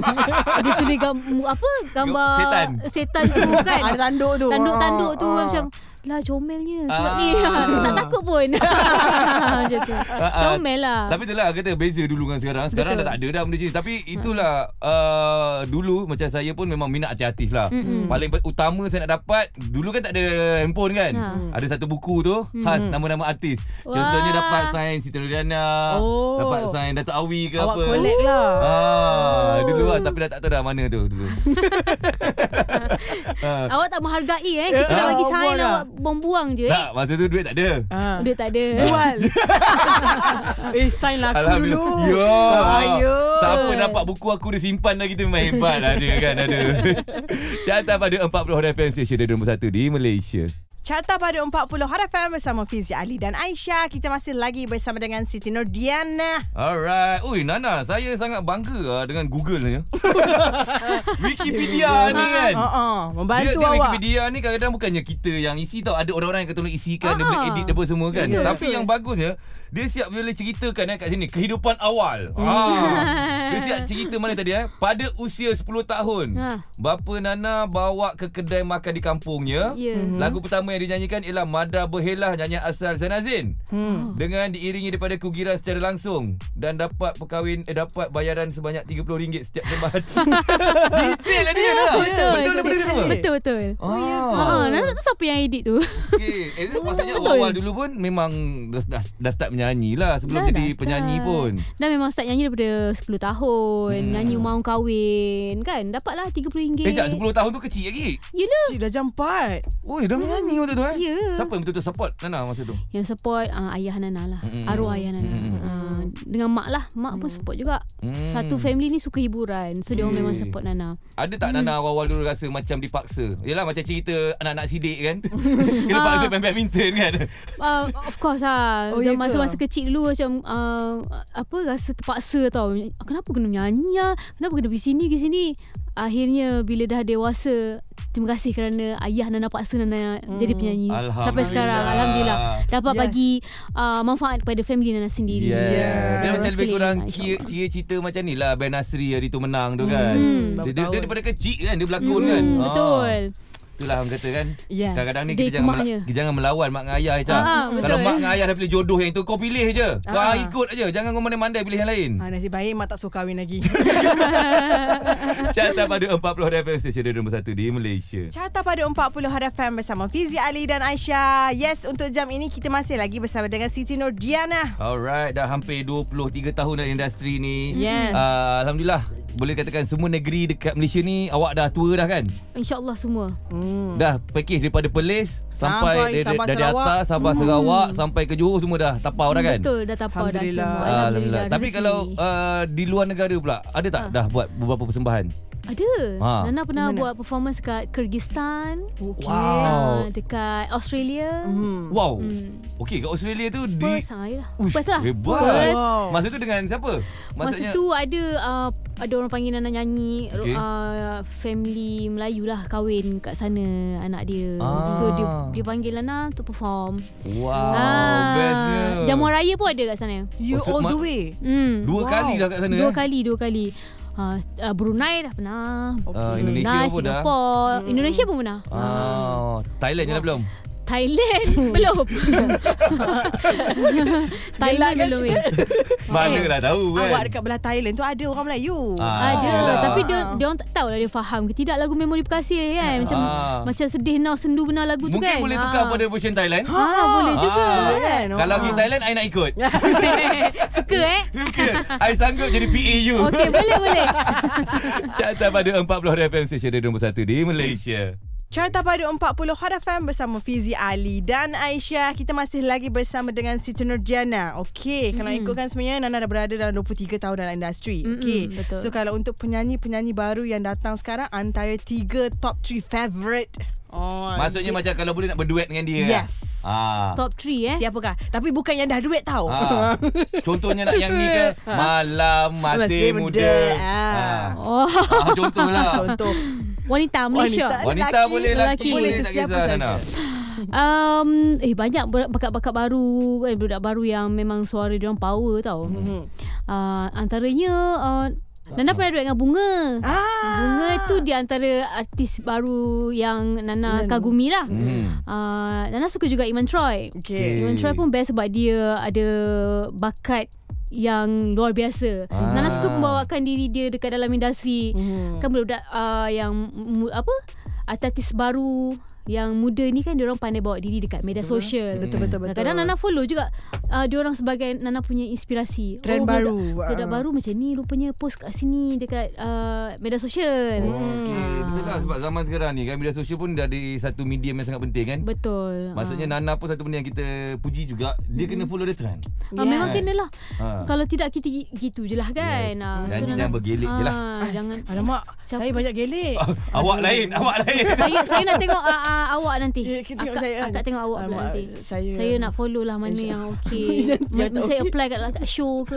C: Dia tulis gam- apa gambar
B: Setan.
C: setan tu kan.
A: Ada tanduk tu.
C: Tanduk-tanduk tu
A: Ah, ah.
C: macam lah comelnya surat
B: Ah.
C: ni. tak takut pun. macam tu.
B: ah.
C: Comel lah.
B: Tapi itulah kata beza dulu dengan sekarang. Sekarang
C: Betul. Hmm.
B: dah tak ada dah benda ni. Tapi itulah uh, dulu macam saya pun memang minat hati-hati lah.
A: Hmm.
C: Mm-mm.
B: Paling pe- utama saya nak dapat dulu kan tak ada handphone kan.
C: Ha.
A: Hmm.
C: Hmm.
B: Ada satu buku tu khas nama-nama artis. Contohnya
C: Wah.
B: dapat sign Siti Nurdiana,
A: Oh.
B: dapat sign Dato' Awi ke
A: Awak
B: apa.
A: collect lah.
B: Ah, dulu
C: Oh.
B: lah tapi dah tak tahu dah mana tu dulu.
C: Eh. Awak tak menghargai eh. Kita
A: Eh,
C: dah bagi
A: ah,
C: sign
A: buang dah.
C: awak buang-buang je eh.
B: tak, masa tu duit tak ada.
A: Ah.
C: Dia tak ada.
A: Jual. eh, sign lah aku dulu.
B: Ya.
A: Bahaya.
B: Siapa dapat buku aku dia simpan lagi tu memang hebat lah dia kan ada. Carta pada 40 Hot FM Station Radio nombor 1 di Malaysia.
A: Carta pada 40 Hot FM bersama Fizi Ali dan Aisyah. Kita masih lagi bersama dengan Siti Nordiana.
B: Alright. Ui Nana, saya sangat bangga lah dengan Google ni. Wikipedia ni kan.
A: Ah, ah,
B: Dia,
A: membantu
B: dia
A: awak.
B: Wikipedia ni kadang-kadang bukannya kita yang isi tau. Ada orang-orang yang tolong isikan, dia
C: Ah.
B: boleh edit dia apa semua kan.
C: Betul,
B: Tapi
C: betul.
B: yang bagusnya, dia siap boleh ceritakan eh, kat sini kehidupan awal.
C: Hmm.
B: Ah. Dia siap cerita mana tadi eh? Pada usia 10 tahun,
C: Ah.
B: bapa Nana bawa ke kedai makan di kampungnya.
C: Ya.
B: Lagu pertama yang dinyanyikan ialah Mada Berhelah nyanyian asal Zainazin. Hmm. Dengan diiringi daripada kugiran secara langsung dan dapat perkahwin eh, dapat bayaran sebanyak RM30 setiap tempahan. Detail lah dia. Nana.
C: Ya, Betul.
B: Betul lah benda tu semua.
C: Betul betul.
B: Oh, ya.
C: Ha, Nana tak tahu siapa yang edit tu.
B: Okay. Eh, maksudnya
C: Betul.
B: awal-awal dulu pun memang dah, dah, dah start menyanyi lah sebelum
C: Dah,
B: jadi
C: dah start.
B: penyanyi pun. Eh,
C: Dah memang start nyanyi daripada 10 tahun. Hmm. Nyanyi mau kahwin kan. Dapatlah
B: Eh,
C: RM30.
B: tak, 10 tahun tu kecil lagi.
C: Yelah.
A: Cik, dah jam 4.
B: Oi, dah menyanyi waktu tu eh.
C: Ya.
B: Siapa yang betul-betul support Nana masa tu?
C: Yang support uh, ayah Nana lah.
B: Mm-mm.
C: Mm-mm. Arwah ayah Nana.
B: Mm-mm.
C: Mm-mm. Uh, dengan mak lah. Mak mm. pun support juga.
B: Mm.
C: Mm. Satu family ni suka hiburan. So, dia
B: Okay.
C: orang memang support Nana.
B: Ada tak Nana awal-awal dulu rasa macam dipaksa? Yelah macam cerita anak-anak sidik kan. Kena paksa
C: Ah.
B: main badminton kan.
C: Uh, of course lah.
A: Oh,
C: Oh,
A: ya ke?
C: Masa-masa kecil dulu macam uh, apa rasa terpaksa tau. Kenapa kena menyanyi lah? Kenapa kena pergi sini ke sini? Akhirnya bila dah dewasa Terima kasih kerana ayah Nana paksa Nana hmm. jadi penyanyi sampai sekarang.
B: Alhamdulillah.
C: Alhamdulillah. Dapat
A: Yes.
C: yes. bagi uh, manfaat kepada family Nana sendiri.
B: Yeah. Dia
A: Yeah.
B: macam lebih
C: Sekeliling
B: kurang
C: lah,
B: kira,
C: insyaAllah.
B: kira cerita macam ni lah Ben Nasri hari tu menang tu kan.
A: Hmm.
B: Dia, dia, dia daripada kecil kan dia berlakon
C: Hmm,
B: kan.
C: Betul.
B: Ah, itulah orang kata kan.
A: Yes.
B: Kadang-kadang ni
C: Dia
B: kita jangan,
C: hikmahnya.
B: mela- kita jangan melawan mak dengan ayah Aisyah.
C: Ah, betul.
B: Kalau mak dengan ayah dah pilih jodoh yang tu kau pilih je. Kau
A: Ah.
B: ikut aje. Jangan kau mandai-mandai pilih yang lain.
A: Ah, nasib baik mak tak suka kahwin lagi.
B: Carta pada 40 FM Station Radio nombor 1 di Malaysia.
A: Carta pada 40 hadapan bersama Fizi Ali dan Aisyah. Yes, untuk jam ini kita masih lagi bersama dengan Siti Nordiana.
B: Alright, dah hampir 23 tahun dalam industri ni.
A: Yes.
B: Uh, Alhamdulillah, boleh katakan semua negeri dekat Malaysia ni awak dah tua dah kan?
C: InsyaAllah semua.
A: Hmm.
B: Dah package daripada Perlis sampai,
A: Sampai
B: dari,
A: Sabah,
B: dari
A: Sarawak.
B: atas Sabah Sarawak sampai ke Johor semua dah tapau dah kan?
C: Betul, dah tapau dah
A: Alhamdulillah.
C: semua.
B: Ah, Alhamdulillah. Tapi
C: rezeki.
B: kalau uh, di luar negara pula, ada tak
C: Ah.
B: dah buat beberapa persembahan?
C: Ada.
B: Ha.
C: Ha. Nana pernah
A: Di mana?
C: buat performance dekat Kyrgyzstan.
A: Okey.
B: Wow.
C: Ah, dekat Australia.
A: Hmm.
B: Wow.
C: Hmm.
B: Okey, kat Australia tu di
C: Perth, ha, yelah.
B: Uish,
C: Perth lah.
B: Hebat.
C: Perth.
A: Wow.
B: Masa tu dengan siapa?
C: Masa
B: Maksudnya
C: tu ada uh, ada orang panggil Nana nyanyi
B: Okey.
C: okay. uh, family Melayu lah kahwin kat sana anak dia.
B: Ah. Oh,
C: So dia dia panggil Nana untuk perform.
B: Wow,
C: Ah,
B: bestnya.
C: Jamuan raya pun ada kat sana.
A: You
B: Oh, so
A: all the
B: mak-
A: way.
C: Hmm.
B: Dua
A: Wow.
B: kali dah kat sana.
C: Dua
B: eh?
C: kali, dua kali. Ha, uh, Brunei dah pernah.
B: Ah, Indonesia pun
C: Brunei,
B: dah.
A: Hmm.
C: Singapore, Indonesia pun pernah.
B: Ah, Thailand je dah belum.
C: Thailand belum. Thailand
A: Gelak kan
C: belum eh.
B: Mana lah tahu kan.
A: Awak dekat belah Thailand tu ada orang Melayu.
B: Ah.
C: Ada
B: yelah.
C: Tapi dia, dia orang tak tahu lah Dia faham ke tidak Lagu memori Bekasi kan Macam
B: Ah.
C: macam sedih now Sendu benar lagu tu
B: Mungkin
C: kan
B: boleh tukar
C: Ah.
B: pada version Thailand.
C: ha, Boleh juga
B: Ah.
A: kan? Oh.
B: Kalau
A: Ah.
B: pergi Thailand, I nak ikut.
C: Suka eh
B: Suka. I sanggup jadi PA you.
C: Okey boleh boleh
B: Carta pada 40 FM Station Radio nombor 1 di Malaysia.
A: Carta Padu 40 Hot FM bersama Fizi Ali dan Aisyah. Kita masih lagi bersama dengan Siti Nurjana. Okey, mm. kalau ikutkan sebenarnya Nana dah berada dalam 23 tahun dalam industri.
C: Mm-mm,
A: Okey.
C: betul.
A: So kalau untuk penyanyi-penyanyi baru yang datang sekarang antara 3 top 3 favorite. Oh.
B: Maksudnya macam kalau boleh nak berduet dengan dia. kan?
A: Yes.
B: Ah.
C: Top 3 eh
A: Siapakah? Tapi bukan yang dah duit tau.
B: Ah. Contohnya nak yang ni ke Malam
A: Ha. Masih
B: Masih
A: Muda.
B: Muda
A: Ah.
B: ah.
C: Oh
B: ah, Contohlah
A: Contoh.
C: Wanita Malaysia
B: Wanita
A: Lelaki,
B: boleh
C: lelaki.
B: laki
A: Boleh
B: boleh tak
A: sesiapa
B: kisah,
A: saja.
B: Nana.
C: um, Eh banyak ber- bakat-bakat baru eh, Budak baru yang memang suara dia orang power tau
B: Hmm.
A: Mhm.
C: uh, Antaranya uh, Nana pernah duet dengan Bunga
A: Ah.
C: Bunga tu di antara artis baru yang Nana
A: Nana.
C: kagumi lah
B: Hmm.
C: uh, Nana suka juga Iman Troy
A: Okey.
B: Okey.
C: Iman Troy pun best sebab dia ada bakat yang luar biasa.
B: Ah. Hmm.
C: Nana suka membawakan diri dia dekat dalam industri.
A: Mhm.
C: Kan budak-budak uh, yang mu, apa? Artis baru yang muda ni kan dia orang pandai bawa diri dekat media
A: Betul.
C: sosial.
B: Hmm.
A: Betul betul betul.
C: Kadang-kadang Nana follow juga uh, dia orang sebagai Nana punya inspirasi. Oh,
A: trend
C: budak-
A: baru.
C: Produk
A: Ah.
C: baru macam ni rupanya post kat sini dekat uh, media sosial.
B: Oh, Okey,
C: Ah.
B: betul lah sebab zaman sekarang ni kan media sosial pun dah di satu medium yang sangat penting kan.
C: Betul.
B: Maksudnya Nana pun satu benda yang kita puji juga, dia kena
A: Hmm.
B: follow the trend.
C: Ah,
A: Yes.
C: Memang kena lah
B: Ha.
C: Kalau tidak kita gi- gitu je lah kan yes. ah,
B: Nyanyi
C: Nana-
B: jangan bergelik je lah.
C: Ah, Jangan
A: Alamak,
C: Siapa?
A: saya banyak gelek.
B: awak lain, awak lain.
C: saya, saya nak tengok uh, uh, awak nanti
A: Ya, kita tengok
C: akak,
A: saya.
C: akak tengok awak pula
A: Alamak,
C: nanti
A: saya-
C: saya nak follow lah mana
A: Insya-
C: yang okey
A: Yang- yang
C: Ma-
A: tak
C: Saya
A: okey.
C: apply kat, kat show ke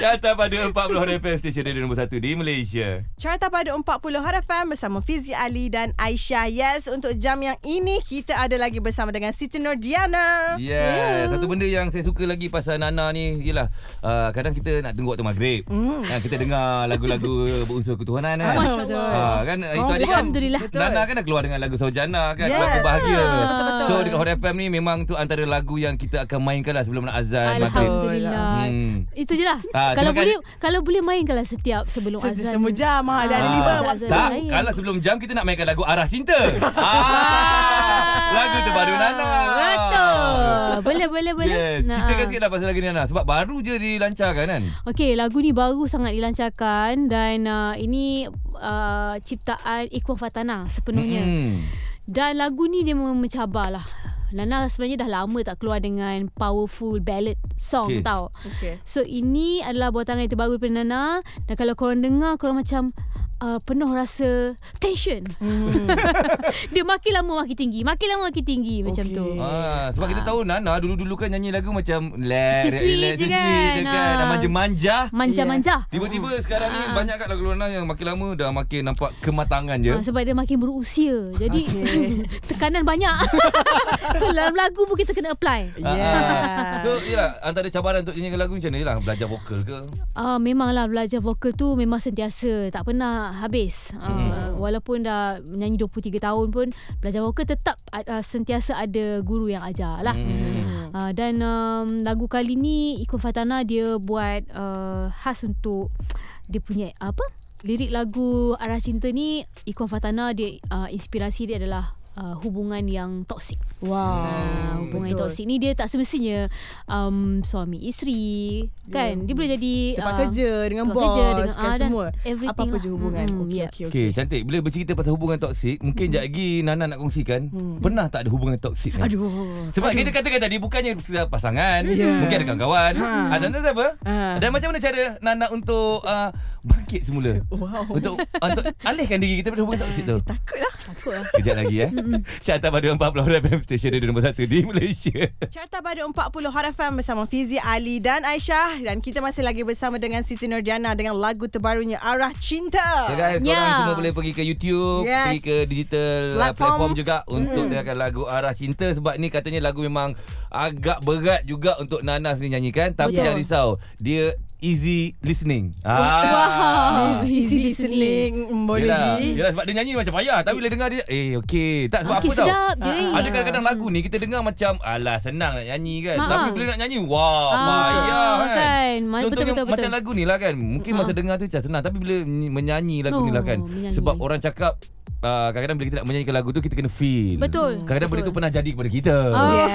B: Carta pada 40 FM Station Radio nombor 1 di Malaysia.
A: Carta pada 40 Hot FM bersama Fizi Ali dan Aisyah. Yes, untuk jam yang ini kita ada lagi bersama dengan Siti Nordiana.
C: Ya.
B: Yeah. Satu benda yang saya suka lagi pasal Nana ni ialah uh, kadang kita nak tunggu waktu maghrib. Mm.
C: Hmm.
B: Ha, kita dengar lagu-lagu berunsur ketuhanan kan.
C: Masya Allah.
B: Ha, kan itu hari kan
C: Alhamdulillah.
B: Nana kan dah keluar dengan lagu Saujana kan
A: Yes.
B: lagu bahagia.
A: Betul-betul.
B: So dekat Hot FM ni memang tu antara lagu yang kita akan mainkan lah sebelum nak azan maghrib.
C: Alhamdulillah
B: Hmm.
C: Itu je lah
B: Ah,
C: Kalau
B: terima
C: boleh Kalau boleh mainkan lah Setiap sebelum
A: Se-
C: azan
A: Semua jam ah, dah ada
C: Ah.
A: lima
C: Azan.
A: waktu.
B: Tak,
C: lain.
B: kalau sebelum jam kita nak mainkan lagu Arah Cinta. ah, lagu terbaru Nana.
C: Betul Boleh boleh boleh
B: Yes,
C: Nah.
B: ceritakan sikit lah pasal lagu ni Nana sebab baru je dilancarkan kan.
C: Okey, lagu ni baru sangat dilancarkan dan uh, ini uh, ciptaan Ikhwan Fatana sepenuhnya. Mm-hmm.
B: Hmm.
C: Dan lagu ni dia memang mencabar lah. Nana sebenarnya dah lama tak keluar dengan powerful ballad song okay.
B: Okey.
C: tau.
A: Okey.
C: So ini adalah buatangan yang terbaru daripada Nana dan kalau korang dengar korang macam uh, penuh rasa tension.
A: Hmm.
C: dia makin lama makin tinggi, makin lama makin tinggi okay. macam
A: Okey.
C: tu.
B: Ah, sebab kita tahu Nana dulu-dulu kan nyanyi lagu macam let
C: Si sweet je kan.
B: kan.
C: Ah.
B: manja-manja.
C: Manja-manja.
A: Ya.
B: Tiba-tiba sekarang ni banyak kat lagu Nana yang makin lama dah makin nampak kematangan je.
C: Ah, sebab dia makin berusia. Jadi
A: Okey.
C: tekanan banyak. so dalam lagu pun kita kena apply.
B: Ah, ah.
A: Yeah.
B: So ya Antara cabaran untuk nyanyi lagu macam ni lah Belajar vokal ke
C: Uh, memanglah belajar vokal tu memang sentiasa. Tak pernah habis. Uh, walaupun dah menyanyi 23 tahun pun belajar vokal tetap uh, sentiasa ada guru yang ajar lah.
B: Hmm.
C: Uh, dan um, lagu kali ni Iko Fatana dia buat uh, khas untuk dia punya apa? Lirik lagu Arah Cinta ni Iko Fatana dia uh, inspirasi dia adalah uh, hubungan yang toksik.
A: Wow.
C: Ah, hubungan
A: Hmm, Betul.
C: yang toksik ni dia tak semestinya um, suami isteri kan. Dia boleh jadi
A: Tempat
C: ah,
A: kerja dengan
C: tempat
A: bos
C: kerja
A: dengan,
C: ah,
A: kan
C: dan
A: semua.
C: everything
A: Apa-apa
C: lah.
A: je hubungan.
C: Mm-mm,
A: Okey
C: yeah.
A: okey okey.
B: Okay, cantik Bila bercerita pasal hubungan toksik
C: Mm.
B: Mungkin sekejap lagi Nana nak kongsikan Pernah tak ada hubungan toksik ni?
A: Aduh.
B: Sebab kita katakan tadi Bukannya setiap pasangan
C: Mm.
B: Mungkin ada kawan-kawan ha. Ah, Nana siapa?
A: Ha.
B: Dan macam mana cara Nana untuk uh, Bangkit semula
A: Wow.
B: Untuk, ah, untuk alihkan diri kita Daripada hubungan toksik tu
A: Takutlah.
C: Takut lah.
B: Kejap lagi eh Carta pada 40 FM Station Radio nombor 1 di Malaysia
C: Ya.
B: Malaysia.
A: Carta Baru 40 Hot FM bersama Fizi Ali dan Aisyah dan kita masih lagi bersama dengan Siti Nordiana dengan lagu terbarunya Arah Cinta.
B: Ya guys,
C: Ya.
B: yeah. korang semua boleh pergi ke YouTube,
A: Yes.
B: pergi ke digital
A: Platform.
B: platform, platform juga untuk dengarkan lagu Arah Cinta sebab ni katanya lagu memang agak berat juga untuk Nana sendiri nyanyikan tapi
C: Betul.
B: jangan risau. Dia easy listening. Ah.
C: Wow.
A: Easy Ah, listening mm, boleh
B: Yelah,
A: ji.
B: yelah sebab dia nyanyi macam payah Tapi bila dengar dia Eh okey Tak sebab
C: Okey,
B: apa tau
C: sedap je.
B: Ada kan? kadang-kadang lagu ni Kita dengar macam Alah senang nak nyanyi kan
C: Ha.
B: Tapi bila nak nyanyi Wah
C: Ah,
B: payah
C: betul.
B: kan
C: Kan. Ma-
B: Contohnya
C: betul, betul, betul.
B: Macam lagu ni lah kan Mungkin masa dengar tu macam senang Tapi bila ny- menyanyi lagu ni lah kan
C: Oh, menyanyi.
B: Sebab orang cakap ah, Kadang-kadang bila kita nak menyanyikan lagu tu Kita kena feel
C: Betul,
B: Kadang-kadang benda
C: betul. Ah.
B: tu pernah jadi kepada kita
C: Oh.
A: Yeah.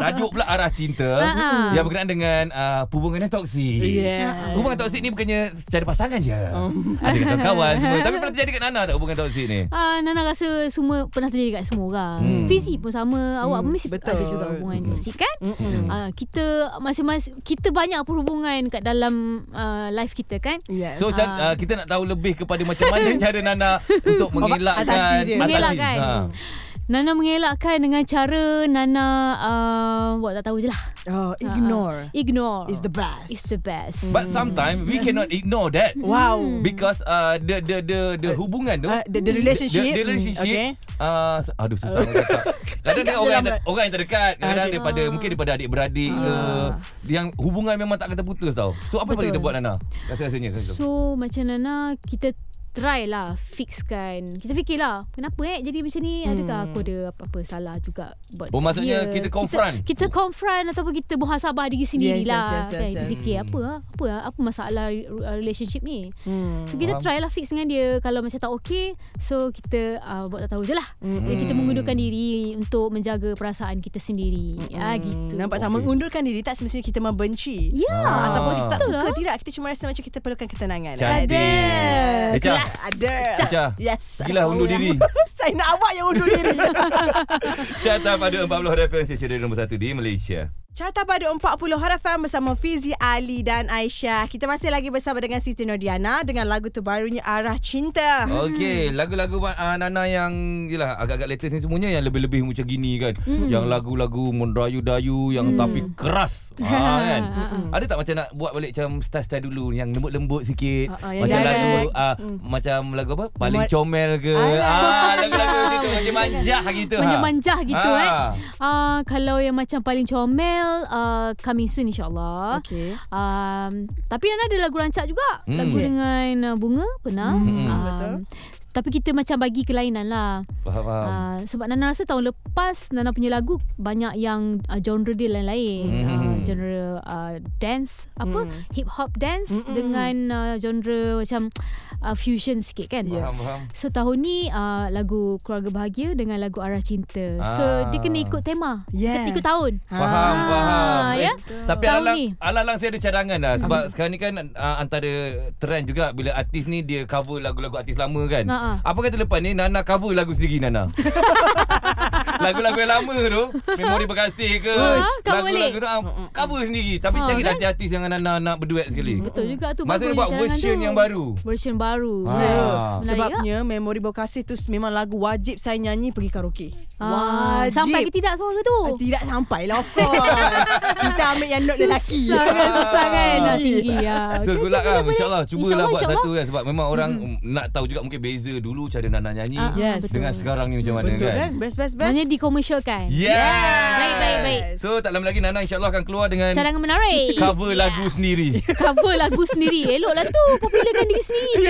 B: Tajuk pula arah cinta
C: Ha-ha.
B: Yang berkenaan dengan ah, Hubungan yang toksik
A: Yeah.
B: Hubungan toksik ni bukannya secara pasangan je. Ada dengan kawan semua. Tapi pernah terjadi kat Nana tak hubungan toksik ni?
C: Ah, Nana rasa semua pernah terjadi kat semua orang.
B: Hmm.
C: Hmm. Fizi pun sama. Awak pun mesti
A: betul.
C: ada juga hubungan
B: Hmm.
C: toksik kan?
A: Mm-mm.
C: Ah, kita masing-masing kita banyak perhubungan kat dalam ah, life kita kan?
A: Yes.
B: So macam uh, kita nak tahu lebih kepada macam mana cara Nana untuk mengelakkan
A: Atasi dia. kan?
C: Mengelakkan.
B: Ha.
C: Nana mengelakkan dengan cara Nana uh, buat tak tahu je lah. Ah,
A: oh, ignore
C: Ignore.
A: is the best.
C: It's the best.
B: But sometimes we cannot ignore that
A: Hmm. wow.
B: because uh, the the the the hubungan tu
A: Uh, the, the relationship. Mm, Hmm,
B: The, the relationship
A: Okay.
B: uh, Aduh susah nak cakap Kadang dengan orang yang, ter- orang yang terdekat Kadang
A: Okay.
B: daripada Mungkin daripada adik-beradik ke
A: Ah.
B: Yang hubungan memang tak kata putus tau So apa yang boleh kita
C: Betul.
B: buat Nana Rasa-rasanya
C: So macam Nana kita try lah fixkan. Kita fikirlah kenapa eh jadi macam ni? Adakah aku ada apa-apa salah juga buat
B: Oh,
C: kat
B: maksudnya
C: dia?
B: kita confront?
C: Kita, kita confront ataupun kita muhasabah diri sendiri
A: Yes, yes,
C: lah.
A: yes, yes,
C: kan? Kita
A: yes.
C: fikir apa ah? Apa ah? Apa masalah uh, relationship ni?
A: Hmm.
C: So,
B: Faham.
C: kita try lah fix dengan dia Kalau macam tak okay So kita uh, buat tak tahu je lah
A: Mm-mm.
C: Kita mengundurkan diri Untuk menjaga perasaan kita sendiri ah, gitu
A: Mm, Hmm. Nampak tak
B: Okey.
A: mengundurkan diri tak semestinya kita membenci.
C: Ya
B: Ah.
A: Ah, ataupun kita tak
C: Betul
A: suka
C: lah.
A: tidak kita cuma rasa macam kita perlukan ketenangan.
B: Cantik.
A: Ada.
B: Echa.
A: Kelas. Ada.
B: Echa.
A: Yes.
B: Gila undur diri
A: Saya nak awak yang undur diri.
B: Carta pada 40 referensi station nombor 1 di Malaysia
A: Carta pada 40 harapan bersama Fizi Ali dan Aisyah. Kita masih lagi bersama dengan Siti Nordiana dengan lagu terbarunya Arah Cinta.
B: Oh. Okey, lagu-lagu uh, Nana yang yalah agak-agak latest ni semuanya yang lebih-lebih macam gini kan. Mm. Yang lagu-lagu mendayu-dayu yang mm. tapi keras. ha kan. Ada tak macam nak buat balik macam style-style dulu yang lembut-lembut sikit.
A: Ah, ah, yang
B: macam
A: direct.
B: lagu uh, macam lagu apa? Paling
A: Mat-
B: comel ke.
A: Alah.
B: Ah, lagu-lagu macam tu macam manjah gitu.
C: Macam
B: ha.
C: manjah gitu
B: Ah.
C: eh uh, Kalau yang macam paling comel uh, Coming soon insyaAllah
A: Okey.
C: um, Tapi Nana ada lagu rancak juga
B: Hmm.
C: Lagu dengan uh, bunga Pernah
B: Hmm.
C: um,
A: Betul.
C: Tapi kita macam bagi kelainan lah
B: Faham. faham.
C: Uh, sebab Nana rasa tahun lepas Nana punya lagu banyak yang uh, genre dia
B: Hmm.
C: lain-lain. Uh, genre uh, dance apa
A: Hmm.
C: hip hop dance
A: Mm-mm.
C: dengan uh, genre macam uh, fusion sikit kan.
B: Faham, faham.
C: So tahun ni uh, lagu Keluarga Bahagia dengan lagu Arah Cinta.
B: Ah.
C: So dia kena ikut tema.
A: Yes.
C: Kena ikut tahun.
B: Faham,
C: Ah,
B: faham. Eh,
C: ya?
B: Tapi
C: Tahu
B: alang,
C: ni. Hmm.
B: alang-alang saya ada cadangan lah. Sebab sekarang ni kan uh, antara trend juga bila artis ni dia cover lagu-lagu artis lama kan.
C: Ha, ha.
B: Apa kata lepas ni Nana cover lagu sendiri Nana. Lagu-lagu yang lama tu Memori Berkasih ke
C: Ha, cover
B: Lagu-lagu tu ah, Cover sendiri Tapi cari artis-artis Yang Nana nak berduet sekali
C: kan? Hmm, Betul juga tu
B: Maksudnya
C: bagus
B: buat
C: cadangan
B: version
C: tu.
B: yang baru
C: Version baru.
B: Ah.
C: Ya.
B: Menarik,
A: Sebabnya Memori Bokasi tu memang lagu wajib saya nyanyi pergi karaoke.
C: Ah,
A: Wajib.
C: sampai ke tidak suara tu.
A: Oh. Tidak sampai lah of course. Kita ambil yang note lelaki.
C: Susah kan, susah kan. Nak tinggi ya.
B: So
C: Okey,
B: good luck
C: okey,
B: lah
C: boleh.
B: InsyaAllah Cubalah
C: InsyaAllah,
B: buat
C: insyaAllah.
B: satu kan Sebab memang orang Nak tahu juga Mungkin beza dulu Cara Nana nyanyi
C: Ah, ah,
A: Yes.
C: betul.
B: Dengan sekarang ni macam mana
A: Betul
B: kan
A: kan? Best, best, best.
C: Maksudnya dikomersialkan.
B: Yeah.
C: Baik, baik, baik.
B: So tak lama lagi Nana insyaAllah akan keluar dengan
C: Cadangan menarik.
B: cover yeah.
C: Ya.
B: lagu sendiri.
C: Cover lagu sendiri. Eloklah tu. Popularkan diri sendiri.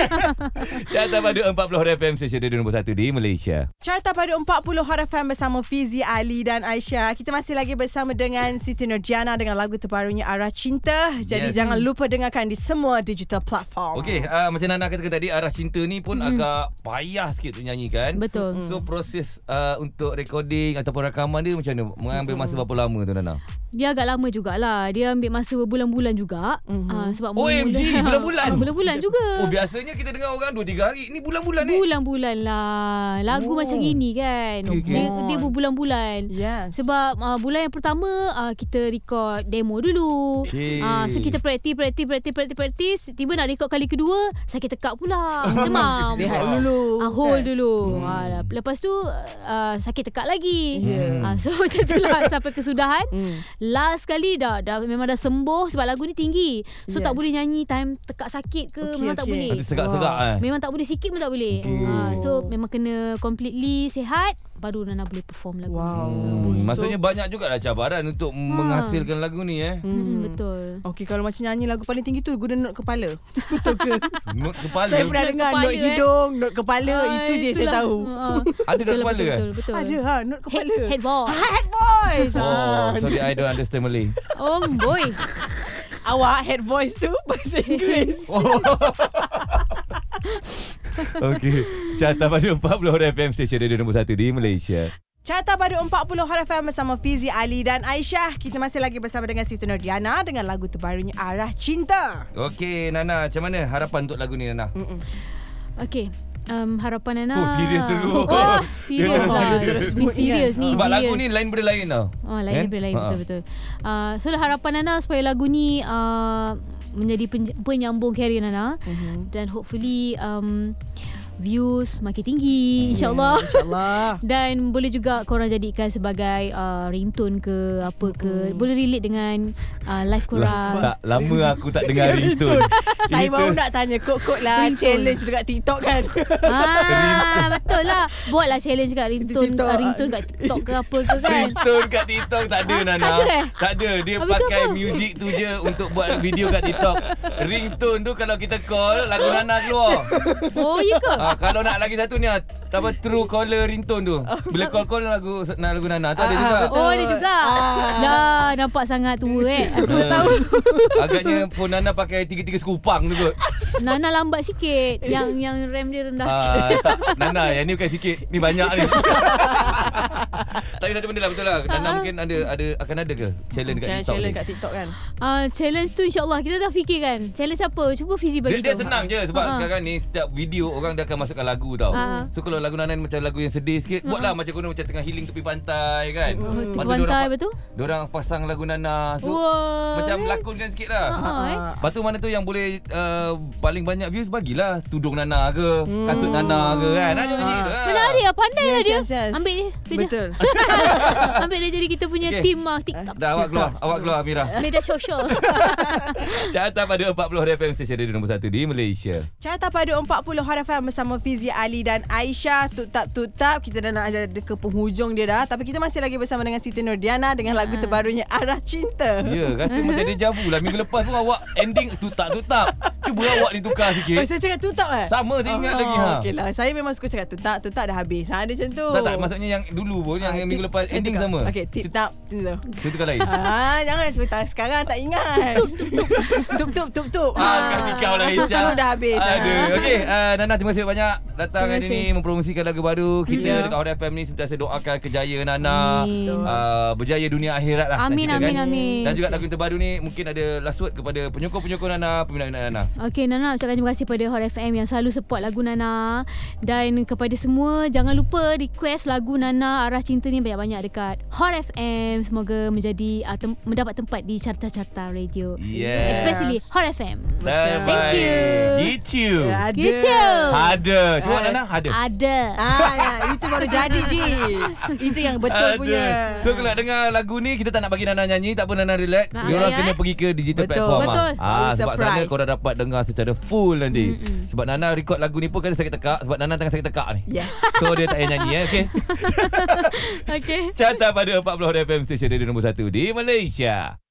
B: Carta pada 40 FM Station Radio nombor 1 di Malaysia.
A: Carta pada 40 harapan bersama Fizi Ali dan Aisyah. Kita masih lagi bersama dengan Siti Nurdiana dengan lagu terbarunya Arah Cinta. Jadi
B: Yes.
A: jangan lupa dengarkan di semua digital platform.
B: Okey,
C: Ah.
B: uh, macam Nana katakan tadi arah cinta ni pun agak payah sikit untuk nyanyikan.
C: Hmm.
B: ah,
C: Betul. Hmm. Ah.
B: So proses uh, untuk recording ataupun rakaman dia macam mana? Mengambil masa berapa lama tu Nana?
C: dia agak lama jugalah. Dia ambil masa berbulan-bulan juga.
A: Mhm.
C: Mm-hmm. Uh, sebab
B: OMG,
C: mula-mula-
B: bulan-bulan?
C: bulan-bulan juga.
B: Oh biasanya kita dengar orang 2-3 hari Ni bulan-bulan ni
C: Bulan-bulan lah. Lagu
B: Oh.
C: oh. macam gini kan.
B: Okay, okay.
C: Dia, dia berbulan-bulan.
A: Yes.
C: Sebab uh, bulan yang pertama uh, kita record demo dulu.
B: Okay.
C: Uh, so kita praktis, praktis, praktis, praktis, praktis. Tiba nak record kali kedua, sakit tekak pula. Demam.
A: Rehat
B: Wow.
A: dulu. Kan?
C: Ah, hold dulu. Hmm. Ah, lepas tu uh, sakit tekak lagi.
A: Yeah.
C: Ah, so macam tu lah sampai kesudahan.
A: Hmm.
C: Last kali dah, dah memang dah sembuh sebab lagu ni tinggi. So
A: Yeah.
C: tak boleh nyanyi time tekak sakit ke
A: Okay,
C: okay, memang tak
A: okay.
C: boleh.
B: Nanti segak-segak
A: Wah.
B: eh.
C: Memang tak boleh sikit pun tak boleh.
B: Okay.
C: Ah, so memang kena completely sihat baru Nana boleh perform lagu.
A: Wow.
B: Hmm, maksudnya banyak jugalah cabaran untuk
C: Ha.
B: menghasilkan lagu ni eh.
C: Hmm, betul.
A: Okey kalau macam nyanyi lagu paling tinggi tu guna not kepala. Betul ke?
B: Not kepala.
A: saya pernah
C: Note
A: dengar
C: kepala,
A: not
C: eh.
A: hidung, not kepala
C: Ah,
A: itu je saya
C: itulah.
A: tahu.
C: Ah,
B: Ada dalam
C: betul,
B: kepala
C: betul,
B: eh?
C: betul, betul.
A: Ada ha, not
C: Head,
A: kepala.
C: head ball.
A: Ah, head voice.
B: Oh,
A: Ah.
B: sorry I don't understand Malay.
C: Oh boy.
A: Awak head voice tu bahasa Inggeris.
B: Oh. Okey. Carta pada 40 Hot FM Station Radio nombor 1 di Malaysia.
A: Carta Baru 40 Hot FM bersama Fizi Ali dan Aisyah. Kita masih lagi bersama dengan Siti Nordiana dengan lagu terbarunya Arah Cinta.
B: Okey Nana, macam mana harapan untuk lagu ni Nana?
C: Mm, Okay. Um, harapan Nana.
B: Oh, serious tu.
C: Oh, serius
B: Dia
C: lah.
A: terus
C: Terus
A: mood ni,
C: serius
A: eh.
C: ni.
B: Sebab
C: serius.
B: lagu ni Ah. lain benda lain tau. Eh? Ha.
C: Oh, lain daripada lain betul-betul. Uh, so harapan Nana supaya lagu ni uh, menjadi pen- penyambung karier Nana
A: Mm-hmm.
C: uh-huh. dan hopefully um, views makin tinggi insyaallah. Yeah.
A: Ya, InsyaAllah.
C: Dan boleh juga korang jadikan sebagai uh, ringtone ke apa ke. Boleh relate dengan uh,
A: Lah,
B: La-
C: live korang.
B: tak lama aku tak dengar ringtone.
A: Saya baru
B: Ringtone.
A: nak tanya kod-kod lah
C: Ringtone.
A: challenge dekat TikTok kan.
C: ah, betul lah. Buatlah challenge kat ringtone,
A: TikTok. ah.
C: TikTok. ringtone kat TikTok ke apa ke kan.
B: Ringtone kat TikTok tak ada
C: Ah,
B: Nana.
C: tak ada eh?
B: Tak ada. Dia
C: Habis tu
B: pakai
C: apa?
B: music tu je untuk buat video kat TikTok. Ringtone tu kalau kita call lagu Nana keluar.
C: Oh, ya ke?
B: Ah, kalau nak lagi satu ni ah, apa true caller ringtone tu. Bila call call lagu nak lagu Nana tu ada
A: Ah,
B: juga.
A: betul.
C: Oh, ada juga.
A: Ah.
C: Dah nampak sangat tua eh. Aku tak tahu.
B: Eh, Agaknya phone Nana pakai tiga-tiga sekupang tu kot.
C: Nana lambat sikit. Yang yang RAM dia rendah sikit.
B: Ah, tak, Nana yang ni bukan sikit. Ni banyak ni. Tapi satu benda lah betul lah.
C: Ah.
B: Nana mungkin ada ada akan ada ke challenge kat TikTok?
A: Challenge
B: ni?
A: kat TikTok kan.
C: Uh, challenge tu insyaAllah kita dah fikirkan. Challenge apa? Cuba Fizi
B: Dia,
C: bagi
B: dia
C: tahu.
B: senang je sebab
C: Ha.
B: sekarang ni setiap video orang dia akan masukkan lagu tau.
C: Ha.
B: So kalau lagu Nana ni macam lagu yang sedih sikit, buatlah macam guna macam tengah healing tepi pantai kan.
C: Ah. Oh, tepi
B: Lepas tu diorang
C: pantai,
B: pa-
C: lepas tu?
B: Diorang pasang lagu Nana. So
C: Wah.
B: macam lakonkan sikit lah.
A: Ah,
C: Ha, ha, eh.
B: Lepas tu mana tu yang boleh uh, paling banyak views bagilah tudung Nana ke,
A: Hmm.
B: kasut Nana ke kan. Ha,
A: Ah.
B: jangan macam gitu lah.
C: Menarik lah. Pandai lah
A: Yes,
C: dia.
A: yes, yes.
C: Ambil dia. Kerja.
A: Betul.
C: Ambil dia jadi kita punya
B: Okay.
C: team lah. TikTok.
B: Dah awak keluar, awak keluar Amira.
C: Media sosial.
B: Carta pada 40 FM stesen radio nombor 1 di Malaysia.
A: Carta pada 40 Hot FM bersama Fizi Ali dan Aisyah Tutap Tutap Kita dah nak ada ke penghujung dia dah Tapi kita masih lagi bersama dengan Siti Nordiana Dengan lagu terbarunya Arah Cinta
B: Ya, rasa macam deja vu lah. Minggu lepas pun awak ending tutap-tutap. Cuba awak ditukar
A: Oh,
B: sikit.
A: saya cakap tutap eh?
B: Sama saya ingat lagi, ha.
A: Okey lah. Saya memang suka cakap tutap. Tutap dah habis. Ha, dia macam tu.
B: Tak tak maksudnya yang dulu pun yang
A: Ah, tip-
B: minggu lepas
A: saya
B: ending
A: tukar.
B: sama.
A: Okey, tip tap. Gitu.
B: Itu tukar lain.
A: Ah, jangan cerita sekarang tak ingat. Tup tup tup tup.
B: Ah, bukan tikau lah Eja.
A: Tup dah habis. Ah,
B: Aduh. Okey, uh, Nana terima kasih banyak datang
C: Ah. Terima
B: hari ini
C: kasih.
B: mempromosikan lagu baru. Kita
A: Ya.
B: yeah. dekat Hot FM ni sentiasa doakan kejayaan Nana.
C: Amin.
B: Uh, berjaya dunia akhirat lah.
C: Amin,
B: nanti kita,
C: amin, amin.
B: Dan juga lagu yang terbaru ni mungkin ada last word kepada penyokong-penyokong Nana, peminat-peminat Nana.
C: Okay Nana ucapkan terima kasih pada Hot FM yang selalu support lagu Nana dan kepada semua jangan lupa request lagu Nana Arah Cinta ni banyak-banyak dekat Hot FM semoga menjadi uh, tem- mendapat tempat di carta-carta radio
B: Yeah.
C: especially Hot FM
B: Bye
A: Thank
B: bye.
C: you.
B: Gitu.
A: Ya, ada.
C: Gitu.
B: Ada. Cuba
A: Ah.
B: Nana ada.
C: ada
A: Ah, ya, itu baru jadi Ji. Itu yang betul
B: Ada.
A: punya.
B: So kalau nak dengar lagu ni Kita tak nak bagi Nana nyanyi Tak pun Nana relax
C: Ah,
B: Diorang
C: ya,
B: kena
C: eh?
B: pergi ke digital
A: Betul.
B: platform ah.
C: Betul.
B: ah,
A: Baru
B: Sebab
A: surprise.
B: sana korang dapat dengar secara full nanti Mm-mm. Sebab Nana record lagu ni pun Kena sakit tekak Sebab Nana tengah sakit tekak ni
A: Yes.
B: So dia tak payah nyanyi eh okay?
C: okay
B: Carta pada 40 FM Station Radio nombor 1 di Malaysia